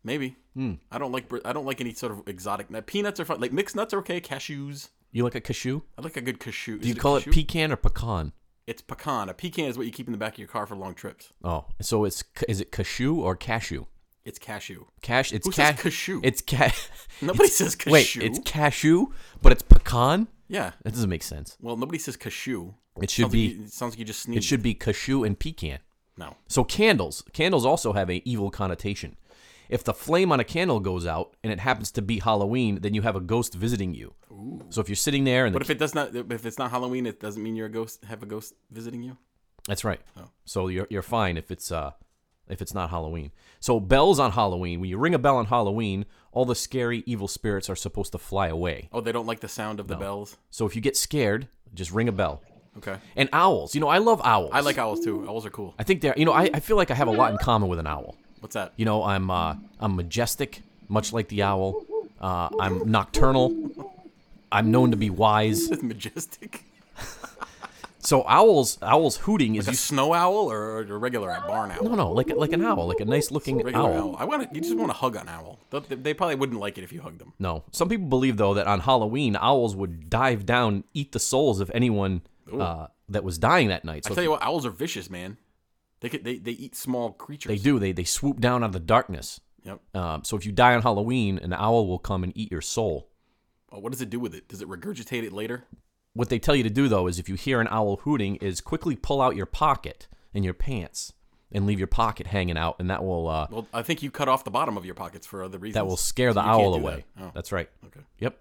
Speaker 2: maybe.
Speaker 1: Hmm.
Speaker 2: I don't like br- I don't like any sort of exotic nut. Peanuts are fine. Like mixed nuts are okay. Cashews.
Speaker 1: You like a cashew?
Speaker 2: I like a good cashew.
Speaker 1: Do you call it pecan or pecan?
Speaker 2: It's pecan. A pecan is what you keep in the back of your car for long trips.
Speaker 1: Oh, so it's ca- is it cashew or cashew?
Speaker 2: It's cashew.
Speaker 1: Cash. It's
Speaker 2: Who
Speaker 1: ca-
Speaker 2: says cashew?
Speaker 1: It's ca-
Speaker 2: Nobody says cashew.
Speaker 1: Wait, it's cashew, but it's pecan.
Speaker 2: yeah.
Speaker 1: That doesn't make sense.
Speaker 2: Well, nobody says cashew.
Speaker 1: It should
Speaker 2: Sounds like
Speaker 1: be
Speaker 2: you- it sounds like you just sneezed.
Speaker 1: it should be cashew and pecan.
Speaker 2: No.
Speaker 1: So candles, candles also have a evil connotation. If the flame on a candle goes out and it happens to be Halloween, then you have a ghost visiting you. So if you're sitting there and the
Speaker 2: But if it does not, if it's not Halloween, it doesn't mean you're a ghost. Have a ghost visiting you.
Speaker 1: That's right.
Speaker 2: Oh.
Speaker 1: So you're you're fine if it's uh if it's not Halloween. So bells on Halloween. When you ring a bell on Halloween, all the scary evil spirits are supposed to fly away.
Speaker 2: Oh, they don't like the sound of the bells.
Speaker 1: So if you get scared, just ring a bell.
Speaker 2: Okay.
Speaker 1: And owls. You know, I love owls.
Speaker 2: I like owls too. Owls are cool.
Speaker 1: I think they're. You know, I, I feel like I have a lot in common with an owl.
Speaker 2: What's that?
Speaker 1: You know, I'm uh, I'm majestic, much like the owl. Uh, I'm nocturnal. I'm known to be wise.
Speaker 2: It's majestic.
Speaker 1: So owls, owls hooting is
Speaker 2: A snow owl or a regular barn owl?
Speaker 1: no, no, like like an owl, like a nice looking
Speaker 2: Regular
Speaker 1: owl.
Speaker 2: owl. I want to. You just want to hug an owl. They, they probably wouldn't like it if you hugged them.
Speaker 1: No. Some people believe, though, that on Halloween, owls would dive down, eat the souls of anyone uh, that was dying that night.
Speaker 2: I
Speaker 1: So
Speaker 2: tell you what, owls are vicious, man. They could, they they eat small creatures.
Speaker 1: they do. They, they swoop down out of the darkness.
Speaker 2: Yep.
Speaker 1: Um, so if you die on Halloween, an owl will come and eat your soul.
Speaker 2: Oh, what does it do with it? Does it regurgitate it later?
Speaker 1: What they tell you to do, though, is if you hear an owl hooting, is quickly pull out your pocket and your pants and leave your pocket hanging out, and that will uh,
Speaker 2: Well, I think you cut off the bottom of your pockets for other reasons.
Speaker 1: that will scare the
Speaker 2: you can't
Speaker 1: owl
Speaker 2: do
Speaker 1: away.
Speaker 2: that. Oh.
Speaker 1: That's right.
Speaker 2: Okay.
Speaker 1: Yep.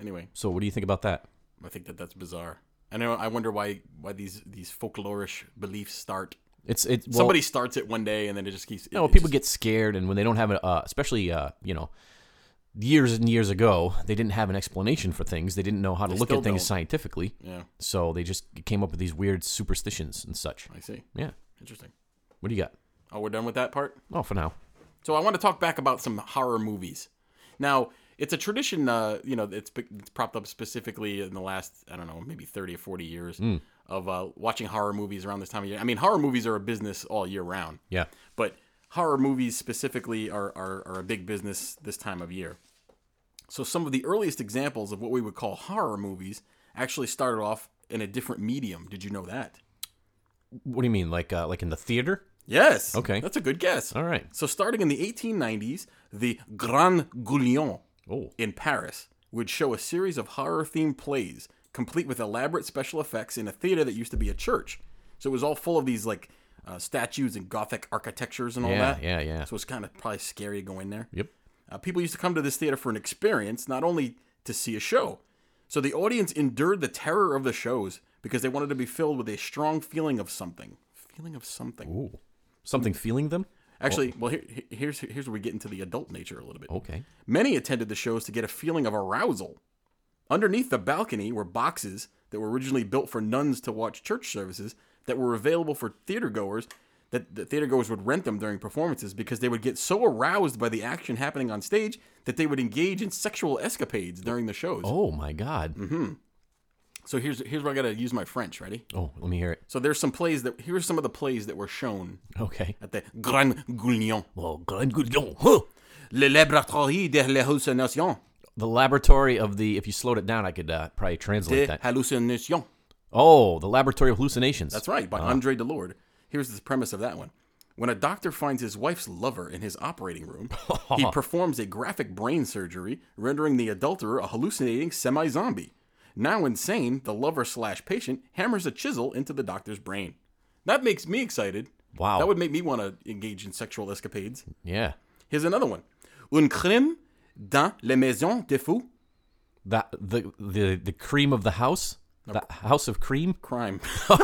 Speaker 2: Anyway,
Speaker 1: So what do you think about that?
Speaker 2: I think that that's bizarre. I know. I wonder why why these these folklorish beliefs start.
Speaker 1: It's it's well,
Speaker 2: Somebody starts it one day and then it just keeps. It,
Speaker 1: you know,
Speaker 2: it
Speaker 1: people
Speaker 2: just-
Speaker 1: get scared, and when they don't have, a, uh, especially, uh, you know, years and years ago, they didn't have an explanation for things. They didn't know how to look at
Speaker 2: still
Speaker 1: things
Speaker 2: don't.
Speaker 1: scientifically,
Speaker 2: yeah,
Speaker 1: so they just came up with these weird superstitions and such.
Speaker 2: I see.
Speaker 1: Yeah.
Speaker 2: Interesting.
Speaker 1: What do you got?
Speaker 2: Oh, we're done with that part.
Speaker 1: Oh, for now.
Speaker 2: So I want to talk back about some horror movies. Now, it's a tradition, uh, you know, it's, be- it's propped up specifically in the last, I don't know, maybe 30 or 40 years
Speaker 1: Hmm.
Speaker 2: of uh, watching horror movies around this time of year. I mean, horror movies are a business all year round,
Speaker 1: Yeah.
Speaker 2: but horror movies specifically are, are, are a big business this time of year. So some of the earliest examples of what we would call horror movies actually started off in a different medium. Did you know that?
Speaker 1: What do you mean, like, uh, like in the theater?
Speaker 2: Yes.
Speaker 1: Okay.
Speaker 2: That's a good guess.
Speaker 1: All right.
Speaker 2: So starting in the 1890s, the Grand Guignol
Speaker 1: Oh.
Speaker 2: in Paris would show a series of horror-themed plays, complete with elaborate special effects in a theater that used to be a church. So it was all full of these like uh, statues and Gothic architectures and all
Speaker 1: Yeah,
Speaker 2: that.
Speaker 1: yeah, yeah.
Speaker 2: So it's kind of probably scary going there.
Speaker 1: Yep.
Speaker 2: Uh, people used to come to this theater for an experience, not only to see a show. So the audience endured the terror of the shows because they wanted to be filled with a strong feeling of something. Feeling of something.
Speaker 1: Ooh. Something feeling them?
Speaker 2: Actually, well, here, here- here's here's where we get into the adult nature a little bit.
Speaker 1: Okay.
Speaker 2: Many attended the shows to get a feeling of arousal. Underneath the balcony were boxes that were originally built for nuns to watch church services that were available for theater goers. That the theater goers would rent them during performances because they would get so aroused by the action happening on stage that they would engage in sexual escapades during the shows.
Speaker 1: Oh my God.
Speaker 2: Mm-hmm. So here's here's where I gotta use my French. Ready?
Speaker 1: Oh, let me hear it.
Speaker 2: So there's some plays that here's some of the plays that were shown
Speaker 1: Okay.
Speaker 2: at the Grand Guignol.
Speaker 1: Well, Glenn Goodall, huh?
Speaker 2: Le laboratoire de l'hallucination.
Speaker 1: The laboratory of the. If you slowed it down, I could uh, probably translate
Speaker 2: De
Speaker 1: that.
Speaker 2: hallucination.
Speaker 1: Oh, the laboratory of hallucinations.
Speaker 2: That's right, by Andre Delorde. Here's the premise of that one. When a doctor finds his wife's lover in his operating room, he performs a graphic brain surgery, rendering the adulterer a hallucinating semi zombie. Now insane, the lover slash patient hammers a chisel into the doctor's brain. That makes me excited.
Speaker 1: Wow.
Speaker 2: That would make me want to engage in sexual escapades.
Speaker 1: Yeah.
Speaker 2: Here's another one Un crime dans les maisons de fous.
Speaker 1: That the the the cream of the house, the House of Cream,
Speaker 2: Crime.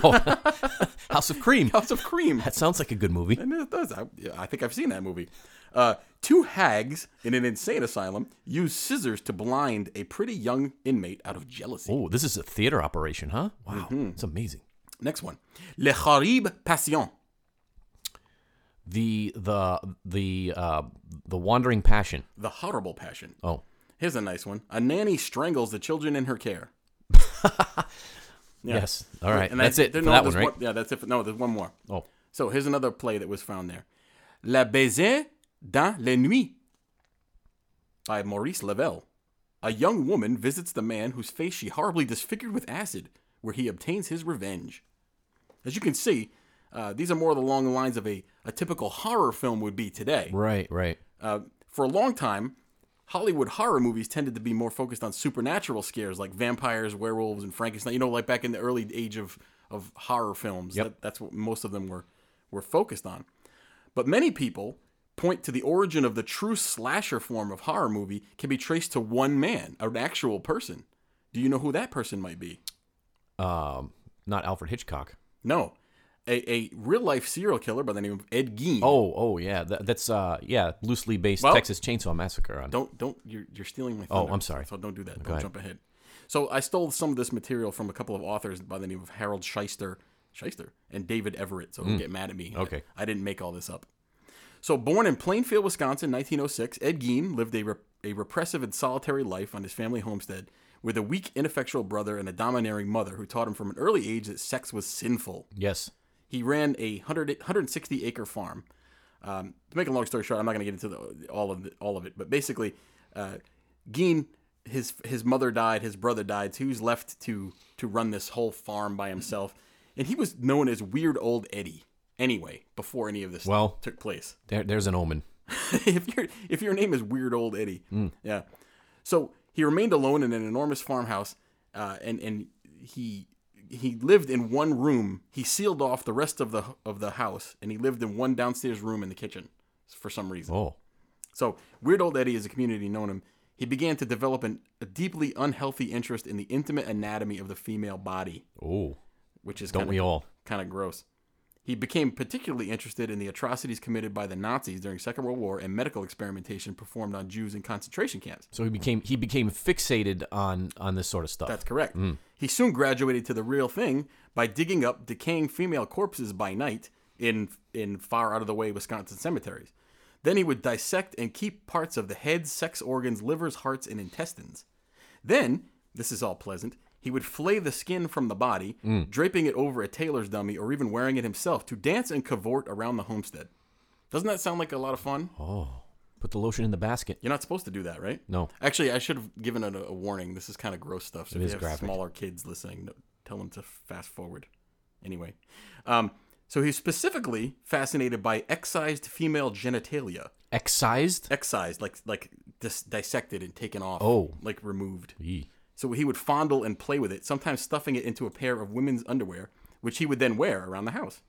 Speaker 1: House of Cream.
Speaker 2: House of Cream.
Speaker 1: That sounds like a good movie.
Speaker 2: And it does. I, yeah, I think I've seen that movie. Uh, two hags in an insane asylum use scissors to blind a pretty young inmate out of jealousy.
Speaker 1: Oh, this is a theater operation, huh? Wow,
Speaker 2: Mm-hmm.
Speaker 1: it's amazing.
Speaker 2: Next one. Le Harib Passion.
Speaker 1: The the the uh, the wandering passion.
Speaker 2: The Horrible Passion.
Speaker 1: Oh,
Speaker 2: Here's a nice one. A nanny strangles the children in her care. Yeah.
Speaker 1: yes. All right,
Speaker 2: I-
Speaker 1: that's it
Speaker 2: there-
Speaker 1: for
Speaker 2: no,
Speaker 1: that one,
Speaker 2: there's
Speaker 1: right?
Speaker 2: Yeah, that's it. For, no, there's one more.
Speaker 1: Oh,
Speaker 2: So here's another play that was found there. La Baiser dans les Nuits by Maurice Lavelle. A young woman visits the man whose face she horribly disfigured with acid, where he obtains his revenge. As you can see, uh, these are more along the lines of a, a typical horror film would be today.
Speaker 1: right, right.
Speaker 2: Uh, for a long time, Hollywood horror movies tended to be more focused on supernatural scares like vampires, werewolves, and Frankenstein. You know, like back in the early age of, of horror films, that, that's what most of them were, were focused on. But many people point to the origin of the true slasher form of horror movie can be traced to one man, an actual person. Do you know who that person might be?
Speaker 1: Um, not Alfred Hitchcock.
Speaker 2: No. A, a real life serial killer by the name of Ed Gein.
Speaker 1: Oh, oh yeah, that, that's uh, yeah, loosely based
Speaker 2: Well-
Speaker 1: Texas Chainsaw Massacre. On
Speaker 2: Don't don't you're you're stealing my
Speaker 1: Oh,
Speaker 2: thunder.
Speaker 1: I'm sorry.
Speaker 2: So don't do that. don't
Speaker 1: ahead.
Speaker 2: jump ahead. So I stole some of this material from a couple of authors by the name of Harold Shyster, Shyster, and David Everett. So don't get mad at me.
Speaker 1: Mm. Okay.
Speaker 2: I didn't make all this up. So born in Plainfield, Wisconsin, 1906, Ed Gein lived a, rep- a repressive and solitary life on his family homestead with a weak, ineffectual brother and a domineering mother who taught him from an early age that sex was sinful.
Speaker 1: yes,
Speaker 2: He ran a 100, 160 acre farm. Um, to make a long story short, I'm not going to get into the, all of the, all of it, but basically, uh, Geen, his his mother died, his brother died, so he was left to to run this whole farm by himself, and he was known as Weird Old Eddie anyway before any of this
Speaker 1: Well-
Speaker 2: took place.
Speaker 1: there, there's an omen.
Speaker 2: if your if your name is Weird Old Eddie, yeah. So he remained alone in an enormous farmhouse, uh, and and he he lived in one room. He sealed off the rest of the of the house, and he lived in one downstairs room in the kitchen for some reason.
Speaker 1: Oh,
Speaker 2: So Weird Old Eddie, as a community known him, he began to develop an, a deeply unhealthy interest in the intimate anatomy of the female body,
Speaker 1: oh,
Speaker 2: which is
Speaker 1: don't
Speaker 2: kinda
Speaker 1: we all?
Speaker 2: kind of gross. He became particularly interested in the atrocities committed by the Nazis during Second World War and medical experimentation performed on Jews in concentration camps.
Speaker 1: So he became he became fixated on on this sort of stuff.
Speaker 2: That's correct. He soon graduated to the real thing by digging up decaying female corpses by night in in far out of the way Wisconsin cemeteries. Then he would dissect and keep parts of the heads, sex organs, livers, hearts, and intestines. Then, this is all pleasant, he would flay the skin from the body, draping it over a tailor's dummy or even wearing it himself to dance and cavort around the homestead. Doesn't that sound like a lot of fun?
Speaker 1: oh, put the lotion in the basket.
Speaker 2: You're not supposed to do that, right?
Speaker 1: No.
Speaker 2: Actually, I should have given it a, a warning. This is kind of gross stuff. So if
Speaker 1: is
Speaker 2: you have
Speaker 1: graphic.
Speaker 2: smaller kids listening, no, tell them to fast forward. Anyway, um, so he's specifically fascinated by excised female genitalia.
Speaker 1: Excised.
Speaker 2: Excised, like like dis- dissected and taken off.
Speaker 1: Oh.
Speaker 2: like removed.
Speaker 1: Eee.
Speaker 2: So he would fondle and play with it, sometimes stuffing it into a pair of women's underwear, which he would then wear around the house.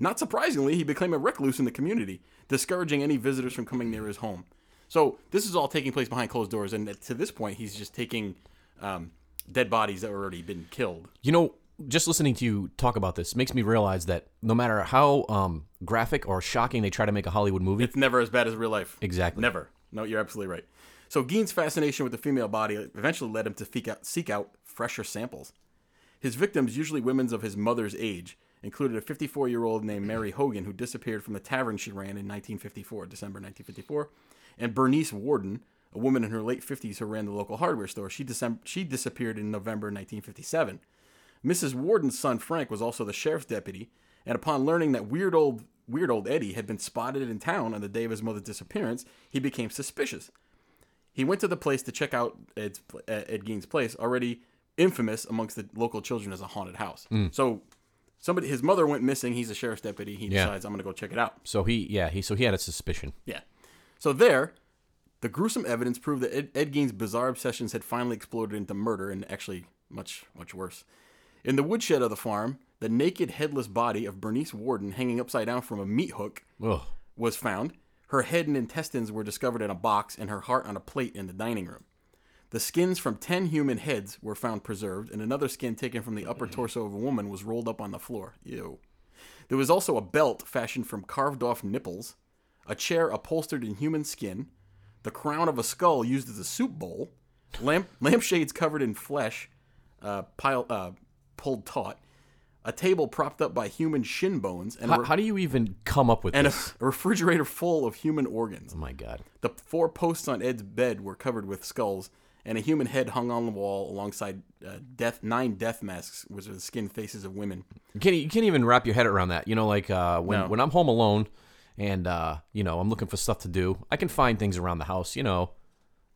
Speaker 2: Not surprisingly, he became a recluse in the community, discouraging any visitors from coming near his home. So this is all taking place behind closed doors, and to this point, he's just taking um, dead bodies that were already been killed.
Speaker 1: You know, just listening to you talk about this makes me realize that no matter how um, graphic or shocking they try to make a Hollywood movie,
Speaker 2: It's never as bad as real life.
Speaker 1: Exactly.
Speaker 2: Never. No, you're absolutely right. So Gein's fascination with the female body eventually led him to seek out, seek out fresher samples. His victims, usually women of his mother's age, included a 54 year old named Mary Hogan, who disappeared from the tavern she ran in 1954, December 1954, and Bernice Warden, a woman in her late 50s who ran the local hardware store. She, disem- she disappeared in November 1957. Mrs. Warden's son Frank was also the sheriff's deputy, and upon learning that weird old weird old Eddie had been spotted in town on the day of his mother's disappearance, he became suspicious. He went to the place to check out Ed's, Ed Gein's place, already infamous amongst the local children as a haunted house. So somebody his mother went missing. He's a sheriff's deputy. He
Speaker 1: Yeah.
Speaker 2: decides I'm going to go check it out.
Speaker 1: So he, yeah, he so he had a suspicion.
Speaker 2: Yeah. So there, the gruesome evidence proved that Ed, Ed Gein's bizarre obsessions had finally exploded into murder, and actually much, much worse. In the woodshed of the farm, the naked, headless body of Bernice Warden hanging upside down from a meat hook
Speaker 1: Ugh.
Speaker 2: was found. Her head and intestines were discovered in a box, and her heart on a plate in the dining room. The skins from 10 human heads were found preserved, and another skin taken from the upper torso of a woman was rolled up on the floor. Ew. There was also a belt fashioned from carved off nipples, a chair upholstered in human skin, the crown of a skull used as a soup bowl, lamp lampshades covered in flesh, uh, pile, uh, pulled taut, a table propped up by human shin bones, and, a,
Speaker 1: How,
Speaker 2: re-
Speaker 1: how do you even come up with
Speaker 2: and a,
Speaker 1: this?
Speaker 2: a refrigerator full of human organs.
Speaker 1: Oh my god.
Speaker 2: The four posts on Ed's bed were covered with skulls, and a human head hung on the wall alongside uh, death nine death masks, which are the skinned faces of women.
Speaker 1: You can't, you can't even wrap your head around that. You know, like uh, when, when I'm home alone and, uh, you know, I'm looking for stuff to do, I can find things around the house, you know,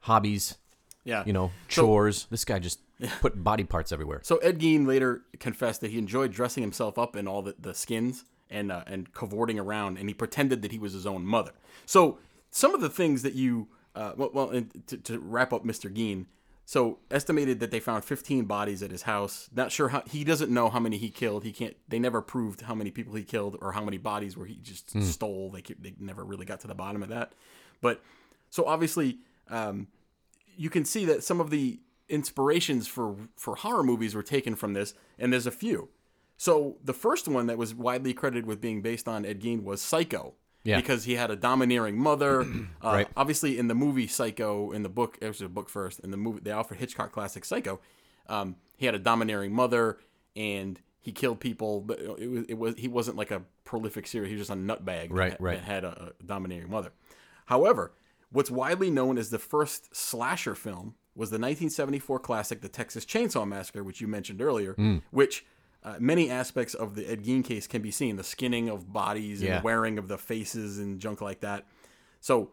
Speaker 1: hobbies,
Speaker 2: Yeah,
Speaker 1: you know, chores. this guy just put body parts everywhere.
Speaker 2: So Ed Gein later confessed that he enjoyed dressing himself up in all the, the skins and uh, and cavorting around, and he pretended that he was his own mother. So some of the things that you uh, well, well and to, to wrap up, Mr. Gein. So estimated that they found 15 bodies at his house. Not sure how he doesn't know how many he killed. He can't. They never proved how many people he killed or how many bodies were he just stole. They ca- they never really got to the bottom of that. But so obviously. Um, you can see that some of the inspirations for for horror movies were taken from this, and there's a few. So the first one that was widely credited with being based on Ed Gein was Psycho,
Speaker 1: Yeah.
Speaker 2: because he had a domineering mother. uh,
Speaker 1: Right.
Speaker 2: Obviously, in the movie Psycho, in the book, it was a book first, in the movie, the Alfred Hitchcock classic Psycho, um, he had a domineering mother, and he killed people. But it was, it was he wasn't like a prolific serial; he was just a nutbag
Speaker 1: Right,
Speaker 2: that,
Speaker 1: right.
Speaker 2: that had a, a domineering mother. However, what's widely known as the first slasher film was the 1974 classic, The Texas Chainsaw Massacre, which you mentioned earlier, which uh, many aspects of the Ed Gein case can be seen the skinning of bodies and
Speaker 1: Yeah.
Speaker 2: wearing of the faces and junk like that. So,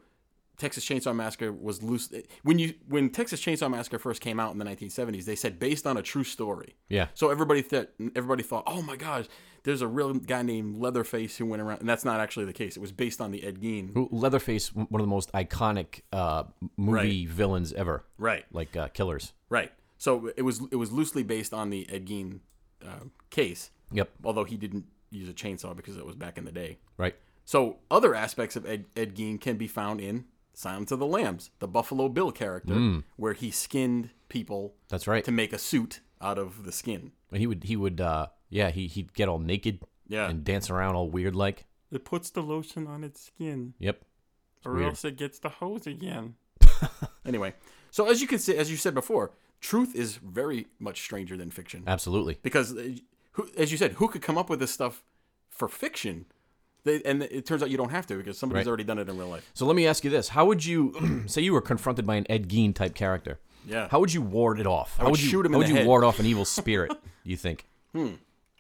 Speaker 2: Texas Chainsaw Massacre was loose. When you when Texas Chainsaw Massacre first came out in the 1970s, they said based on a true story.
Speaker 1: Yeah.
Speaker 2: So everybody thought everybody thought, oh my gosh, there's a real guy named Leatherface who went around, and that's not actually the case. It was based on the Ed Gein.
Speaker 1: Who- Leatherface, one of the most iconic uh, movie villains ever,
Speaker 2: Right.
Speaker 1: like uh, killers.
Speaker 2: Right. So it was it was loosely based on the Ed Gein uh, case,
Speaker 1: Yep.
Speaker 2: although he didn't use a chainsaw because it was back in the day.
Speaker 1: Right.
Speaker 2: So other aspects of Ed, Ed Gein can be found in Silence of the Lambs, the Buffalo Bill character, where he skinned people
Speaker 1: That's right.
Speaker 2: to make a suit out of the skin.
Speaker 1: And he would, he would, uh, yeah, he, he'd get all naked
Speaker 2: Yeah.
Speaker 1: and dance around all weird like.
Speaker 3: It puts the lotion on its skin,
Speaker 1: Yep.
Speaker 3: or
Speaker 1: weird.
Speaker 3: else it gets the hose again.
Speaker 2: Anyway, so as you can see, as you said before, truth is very much stranger than fiction.
Speaker 1: Absolutely.
Speaker 2: because uh, who, as you said, who could come up with this stuff for fiction? They, and it turns out you don't have to because somebody's
Speaker 1: Right.
Speaker 2: already done it in real life.
Speaker 1: So let me ask you this: How would you say you were confronted by an Ed Gein type character?
Speaker 2: Yeah.
Speaker 1: How would you ward it off? How
Speaker 2: would
Speaker 1: you
Speaker 2: shoot him
Speaker 1: How
Speaker 2: in
Speaker 1: would
Speaker 2: the
Speaker 1: you
Speaker 2: head.
Speaker 1: ward off an evil spirit? you think? Hmm.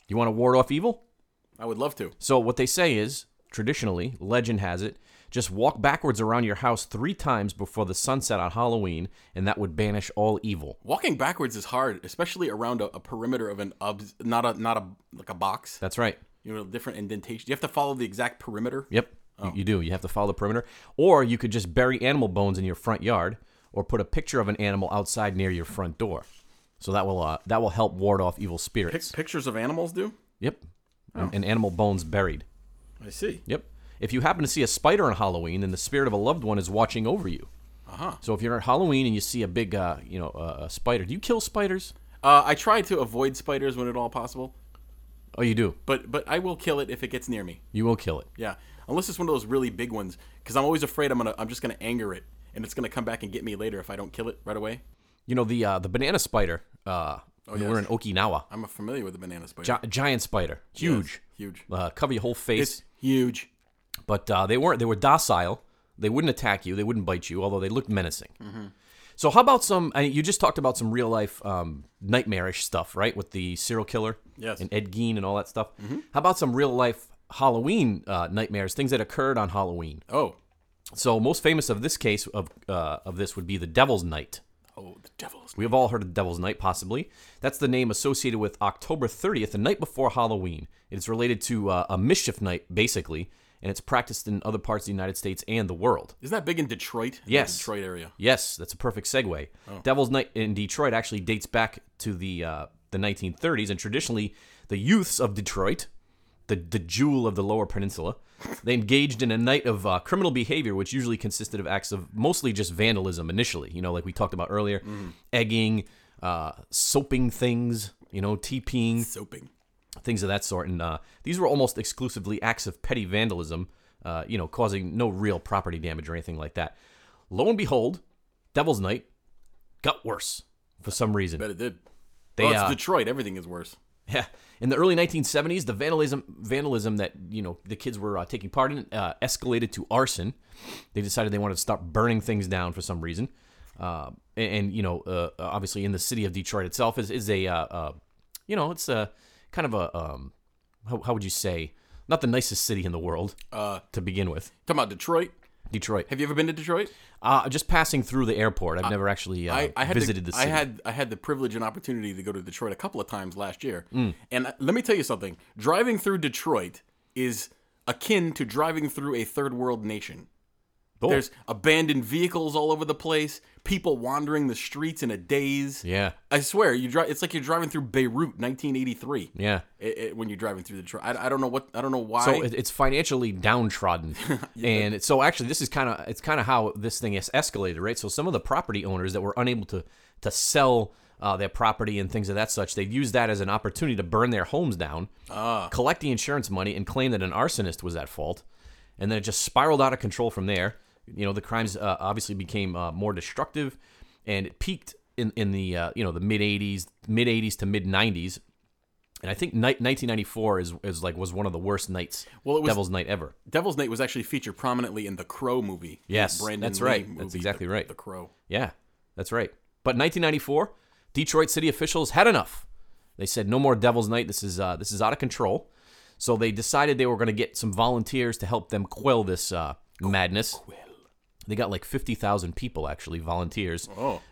Speaker 1: You want to ward off evil?
Speaker 2: I would love to.
Speaker 1: So what they say is traditionally, legend has it, just walk backwards around your house three times before the sunset on Halloween, and that would banish all evil.
Speaker 2: Walking backwards is hard, especially around a, a perimeter of an obs, not a not a like a box.
Speaker 1: That's right.
Speaker 2: You know, different indentation. You have to follow the exact perimeter.
Speaker 1: Yep. You, you do. You have to follow the perimeter, or you could just bury animal bones in your front yard, or put a picture of an animal outside near your front door. So that will uh, that will help ward off evil spirits.
Speaker 2: Pictures of animals do.
Speaker 1: Yep. And, and animal bones buried.
Speaker 2: I see.
Speaker 1: Yep. If you happen to see a spider on Halloween, then the spirit of a loved one is watching over you. Uh-huh. So if you're at Halloween and you see a big, uh, you know, uh, a spider, do you kill spiders?
Speaker 2: Uh, I try to avoid spiders when at all possible,
Speaker 1: Oh, you do.
Speaker 2: but but I will kill it if it gets near me.
Speaker 1: You will kill it.
Speaker 2: Yeah, unless it's one of those really big ones, because I'm always afraid I'm gonna I'm just gonna anger it, and it's gonna come back and get me later if I don't kill it right away.
Speaker 1: You know the uh, the banana spider. Uh, when We're in Okinawa.
Speaker 2: I'm familiar with the banana spider.
Speaker 1: Gi- giant spider, huge,
Speaker 2: Huge.
Speaker 1: uh, cover your whole face.
Speaker 2: It's huge.
Speaker 1: but uh, they weren't. They were docile. They wouldn't attack you. They wouldn't bite you. Although they looked menacing. So how about some? I you just talked about some real life um, nightmarish stuff, right? With the serial killer,
Speaker 2: Yes.
Speaker 1: and Ed Gein and all that stuff. How about some real life Halloween uh, nightmares? Things that occurred on Halloween.
Speaker 2: Oh,
Speaker 1: So most famous of this case of uh, of this would be the Devil's Night.
Speaker 2: Oh, the devil's.
Speaker 1: We have all heard of Devil's Night, possibly. That's the name associated with October 30th, the night before Halloween. It's related to uh, a mischief night, basically, and it's practiced in other parts of the United States and the world.
Speaker 2: Isn't that big in Detroit?
Speaker 1: Yes.
Speaker 2: The Detroit area.
Speaker 1: Yes, that's a perfect segue. Devil's Night in Detroit actually dates back to the uh, the 1930s, and traditionally, the youths of Detroit, the the jewel of the Lower Peninsula, they engaged in a night of uh, criminal behavior, which usually consisted of acts of mostly just vandalism initially. You know, like we talked about earlier, egging, uh, soaping things. You know, TPing
Speaker 2: Soaping.
Speaker 1: things of that sort. And uh, these were almost exclusively acts of petty vandalism, uh, you know, causing no real property damage or anything like that. Lo and behold, Devil's Night got worse for some reason.
Speaker 2: Bet it did.
Speaker 1: They,
Speaker 2: well, it's
Speaker 1: uh,
Speaker 2: Detroit. Everything is worse.
Speaker 1: Yeah. In the early 1970s, the vandalism vandalism that you know the kids were uh, taking part in uh, escalated to arson. They decided they wanted to start burning things down for some reason. Uh, and, and, you know, uh, obviously, in the city of Detroit itself is is a uh, uh, you know it's a kind of a um, how, how would you say not the nicest city in the world
Speaker 2: Uh,
Speaker 1: to begin with.
Speaker 2: talking about Detroit.
Speaker 1: Detroit.
Speaker 2: Have you ever been to Detroit?
Speaker 1: Uh, just passing through the airport. I've never actually uh, visited
Speaker 2: the,
Speaker 1: the city.
Speaker 2: I had I had the privilege and opportunity to go to Detroit a couple of times last year.
Speaker 1: Mm.
Speaker 2: And uh, let me tell you something. Driving through Detroit is akin to driving through a third world nation.
Speaker 1: Oh,
Speaker 2: There's abandoned vehicles all over the place, people wandering the streets in a daze.
Speaker 1: yeah,
Speaker 2: I swear, you drive it's like you're driving through Beirut 1983.
Speaker 1: yeah.
Speaker 2: It, it- when you're driving through Detroit. I, I don't know what I don't know why.
Speaker 1: So it, it's financially downtrodden, and it, so actually, this is kind of it's kind of how this thing has escalated, right? So some of the property owners that were unable to to sell uh, their property and things of that such, they've used that as an opportunity to burn their homes down,
Speaker 2: Uh-huh.
Speaker 1: collect the insurance money, and claim that an arsonist was at fault, and then it just spiraled out of control from there. You know, the crimes uh, obviously became uh, more destructive, and it peaked in in the uh, you know the mid '80s, mid '80s to mid '90s, and I think ni- 1994 is, is like was one of the worst nights,
Speaker 2: Well, it was-
Speaker 1: Devil's Night ever.
Speaker 2: Devil's Night was actually featured prominently in the Crow movie.
Speaker 1: Yes, that's right. That's
Speaker 2: movie,
Speaker 1: exactly
Speaker 2: The-
Speaker 1: right.
Speaker 2: The Crow.
Speaker 1: Yeah, that's right. But 1994, Detroit city officials had enough. They said no more Devil's Night. This is uh, this is out of control. So they decided they were going to get some volunteers to help them quell this uh, madness. They got like 50,000 people actually volunteers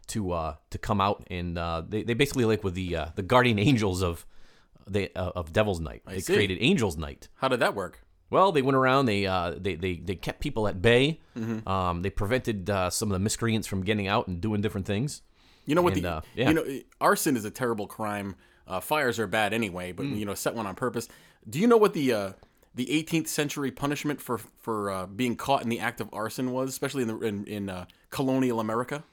Speaker 1: to uh, to come out and uh, they, they basically like with the uh, the guardian angels of the uh, of Devil's Night. they
Speaker 2: see.
Speaker 1: created Angels Night.
Speaker 2: How did that work?
Speaker 1: Well, they went around. They uh, they, they they kept people at bay.
Speaker 2: Mm-hmm.
Speaker 1: Um, they prevented uh, some of the miscreants from getting out and doing different things.
Speaker 2: You know what?
Speaker 1: And,
Speaker 2: the
Speaker 1: uh, yeah.
Speaker 2: you know uh, arson is a terrible crime. Uh, fires are bad anyway, but
Speaker 1: Mm.
Speaker 2: you know set one on purpose. Do you know what the uh, the 18th century punishment for for uh, being caught in the act of arson was, especially in the, in, in uh, colonial America?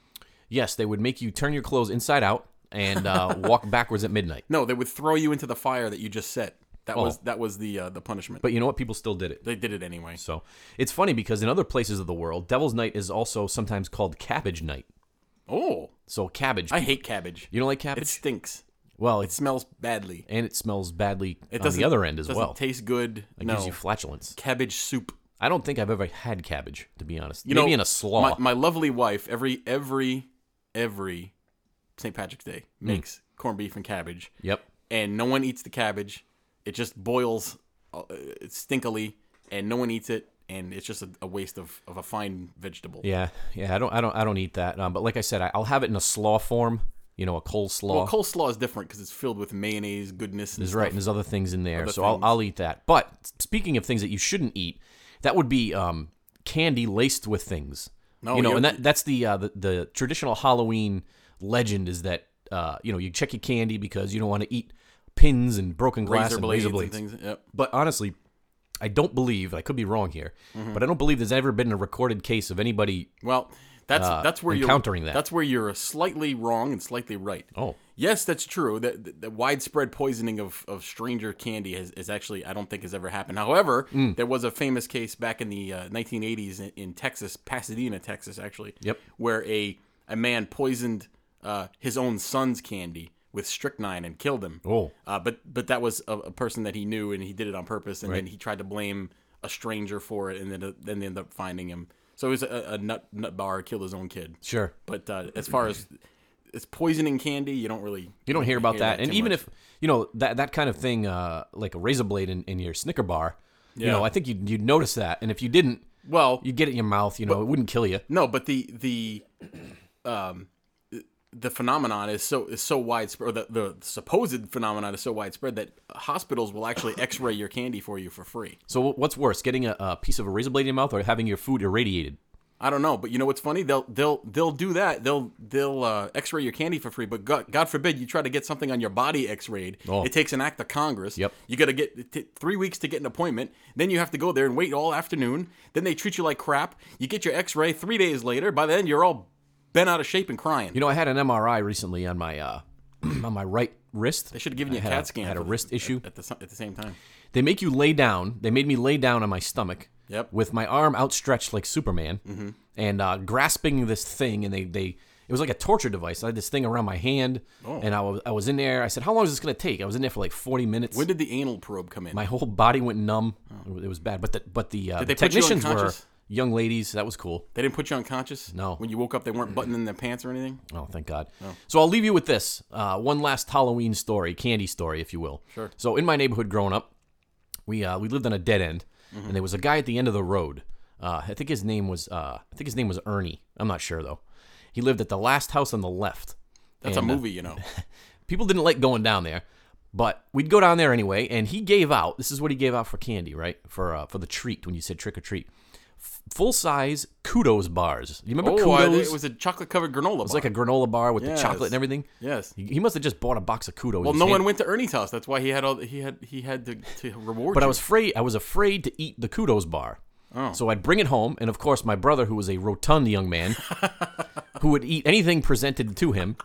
Speaker 1: Yes, they would make you turn your clothes inside out and uh, walk backwards at midnight.
Speaker 2: No, they would throw you into the fire that you just set. That
Speaker 1: Oh.
Speaker 2: was that was the uh, the punishment.
Speaker 1: But you know what? People still did it.
Speaker 2: they did it anyway.
Speaker 1: So it's funny because in other places of the world, Devil's Night is also sometimes called Cabbage Night.
Speaker 2: Oh,
Speaker 1: So cabbage.
Speaker 2: I hate cabbage.
Speaker 1: you don't like cabbage?
Speaker 2: It stinks.
Speaker 1: well,
Speaker 2: It
Speaker 1: it's
Speaker 2: smells badly.
Speaker 1: and it smells badly
Speaker 2: It
Speaker 1: on the other end as
Speaker 2: doesn't
Speaker 1: well.
Speaker 2: Taste good.
Speaker 1: it
Speaker 2: no.
Speaker 1: gives you flatulence.
Speaker 2: cabbage soup.
Speaker 1: I don't think I've ever had cabbage, to be honest.
Speaker 2: You
Speaker 1: Maybe
Speaker 2: know,
Speaker 1: in a slaw.
Speaker 2: My, my lovely wife, every every every St. Patrick's Day makes corned beef and cabbage,
Speaker 1: yep.
Speaker 2: and no one eats the cabbage. It just boils uh, stinkily, and no one eats it, and it's just a, a waste of, of a fine vegetable.
Speaker 1: Yeah, yeah. I don't, I don't, I don't eat that. Um, but like I said, I, I'll have it in a slaw form. You know, a coleslaw.
Speaker 2: Well, coleslaw is different because it's filled with mayonnaise, goodness. And
Speaker 1: is right, and there's other things in there. So I'll,
Speaker 2: things.
Speaker 1: I'll eat that. But speaking of things that you shouldn't eat, that would be um, candy laced with things.
Speaker 2: No,
Speaker 1: you know,
Speaker 2: you-
Speaker 1: and that that's the, uh, the the traditional Halloween legend is that uh, you know you check your candy because you don't want to eat pins and broken glass
Speaker 2: razor
Speaker 1: and
Speaker 2: blades,
Speaker 1: razor blades.
Speaker 2: and things. Yep.
Speaker 1: But honestly, I don't believe. I could be wrong here,
Speaker 2: Mm-hmm.
Speaker 1: but I don't believe there's ever been a recorded case of anybody.
Speaker 2: Well, that's that's where you're
Speaker 1: Uh, encountering that.
Speaker 2: That's where you're slightly wrong and slightly right.
Speaker 1: Oh,
Speaker 2: Yes, that's true. That the, the widespread poisoning of, of stranger candy has, is actually I don't think has ever happened. However,
Speaker 1: Hmm.
Speaker 2: there was a famous case back in the uh, 1980s in, in Texas, Pasadena, Texas, actually.
Speaker 1: Yep.
Speaker 2: Where a a man poisoned uh, his own son's candy with strychnine and killed him.
Speaker 1: Oh.
Speaker 2: Uh, but but that was a, a person that he knew and he did it on purpose and then he tried to blame a stranger for it and then uh, then they ended up finding him. So it was a, a nut nut bar killed his own kid.
Speaker 1: sure.
Speaker 2: But uh, as far as it's poisoning candy, you don't really
Speaker 1: You don't hear about that.
Speaker 2: that
Speaker 1: And
Speaker 2: too
Speaker 1: even
Speaker 2: much.
Speaker 1: if you know that that kind of thing, uh, like a razor blade in, in your Snicker bar, you know, I think you'd, you'd notice that. And if you didn't,
Speaker 2: well
Speaker 1: you'd get it in your mouth. You know, it wouldn't kill you.
Speaker 2: no, but the the um the phenomenon is so is so widespread, or the, the supposed phenomenon is so widespread that hospitals will actually X-ray your candy for you for free.
Speaker 1: So what's worse, getting a, a piece of a razor blade in your mouth or having your food irradiated?
Speaker 2: I don't know, but you know what's funny? They'll they'll they'll do that. They'll they'll uh, X-ray your candy for free, but God, God forbid you try to get something on your body X-rayed.
Speaker 1: Oh.
Speaker 2: It takes an act of Congress.
Speaker 1: Yep.
Speaker 2: You got to get it t- three weeks to get an appointment. Then you have to go there and wait all afternoon. Then they treat you like crap. You get your X-ray three days later. By then you're all bent out of shape and crying.
Speaker 1: You know, I had an MRI recently on my uh, on my right wrist.
Speaker 2: they should have given you a
Speaker 1: I had
Speaker 2: CAT scan.
Speaker 1: I had a
Speaker 2: for the-
Speaker 1: wrist issue.
Speaker 2: at the, si- at the same time.
Speaker 1: They make you lay down. They made me lay down on my stomach.
Speaker 2: Yep. Mm-hmm.
Speaker 1: With my arm outstretched like Superman, and uh, grasping this thing, and they they it was like a torture device. I had this thing around my hand,
Speaker 2: Oh.
Speaker 1: and I was I was in there. I said, "How long is this gonna take?" I was in there for like forty minutes.
Speaker 2: When did the anal probe come in?
Speaker 1: my whole body went numb. It was bad. But the but the, uh, the
Speaker 2: they put you
Speaker 1: technicians were
Speaker 2: unconscious?
Speaker 1: young ladies. That was cool.
Speaker 2: they didn't put you unconscious.
Speaker 1: No.
Speaker 2: When you woke up, they weren't buttoning their pants or anything.
Speaker 1: Oh, thank God. So I'll leave you with this uh, one last Halloween story, candy story, if you will. Sure. So in my neighborhood growing up, we uh, we lived on a dead end,
Speaker 2: Mm-hmm.
Speaker 1: and there was a guy at the end of the road. Uh, I think his name was uh, I think his name was Ernie. I'm not sure though. He lived at the last house on the left.
Speaker 2: That's
Speaker 1: And,
Speaker 2: a
Speaker 1: uh,
Speaker 2: movie, you know.
Speaker 1: people didn't like going down there, but we'd go down there anyway. And he gave out. This is what he gave out for candy, right? For uh, for the treat when you said trick or treat, F- full size kudos bars. You remember
Speaker 2: Oh, I-
Speaker 1: kudos?
Speaker 2: it was a chocolate covered granola.
Speaker 1: It's like a granola bar with
Speaker 2: Yes.
Speaker 1: the chocolate and everything.
Speaker 2: Yes.
Speaker 1: He, he must have just bought a box of kudos.
Speaker 2: Well, no one went to Ernie's house. That's why he had all he had he had to, to reward.
Speaker 1: But I
Speaker 2: you. Oh.
Speaker 1: was afraid. I was afraid to eat the kudos bar. So I'd bring it home, and of course, my brother, who was a rotund young man, who would eat anything presented to him,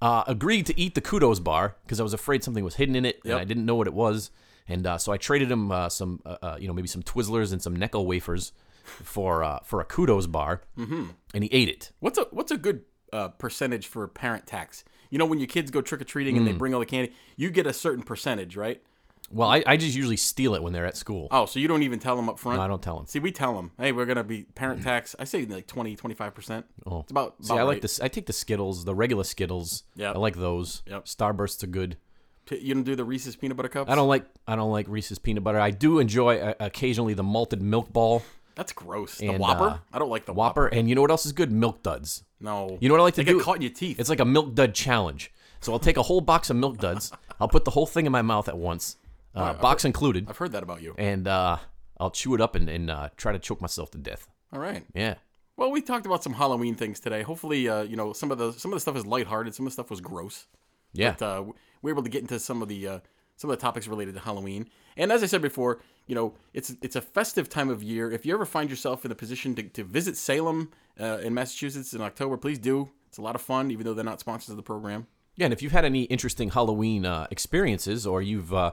Speaker 1: uh, agreed to eat the kudos bar because I was afraid something was hidden in it, and I didn't know what it was. And uh, so I traded him uh, some, uh, uh, you know, maybe some Twizzlers and some Necco wafers for uh, for a kudos bar, mm-hmm. and he ate it.
Speaker 2: what's a what's a good uh, percentage for parent tax? You know, when your kids go trick or treating
Speaker 1: Hmm.
Speaker 2: and they bring all the candy, you get a certain percentage, right?
Speaker 1: Well, I, I just usually steal it when they're at school.
Speaker 2: Oh, so you don't even tell them up front.
Speaker 1: I don't tell them.
Speaker 2: See, we tell them, hey, we're gonna be parent tax. I say like 20, 25 percent. Oh, it's about.
Speaker 1: Hmm. See,
Speaker 2: about
Speaker 1: I like
Speaker 2: right.
Speaker 1: this. I take the Skittles, the regular Skittles.
Speaker 2: Yep.
Speaker 1: I like those.
Speaker 2: Yep.
Speaker 1: Starbursts are good.
Speaker 2: You don't do the Reese's peanut butter cups.
Speaker 1: I don't like I don't like Reese's peanut butter. I do enjoy uh, occasionally the malted milk ball
Speaker 2: That's gross. the
Speaker 1: And,
Speaker 2: Whopper.
Speaker 1: uh,
Speaker 2: I don't like the Whopper.
Speaker 1: whopper, and you know what else is good? Milk duds.
Speaker 2: No.
Speaker 1: You know what I like to
Speaker 2: They
Speaker 1: do?
Speaker 2: get caught in your teeth.
Speaker 1: It's like a milk dud challenge. So I'll take a whole box of milk duds. I'll put the whole thing in my mouth at once, uh, box included,
Speaker 2: I've heard that about you.
Speaker 1: and uh, I'll chew it up and, and uh, try to choke myself to death.
Speaker 2: All right.
Speaker 1: Yeah.
Speaker 2: Well, we talked about some Halloween things today. Hopefully, uh, you know some of the some of the stuff is lighthearted. Some of the stuff was gross.
Speaker 1: Yeah.
Speaker 2: But, uh, we were able to get into some of the uh, some of the topics related to Halloween. And as I said before, you know it's it's a festive time of year. If you ever find yourself in a position to, to visit Salem uh, in Massachusetts in October, please do. It's a lot of fun, even though they're not sponsors of the program.
Speaker 1: Yeah, and if you've had any interesting Halloween uh, experices, or you've uh,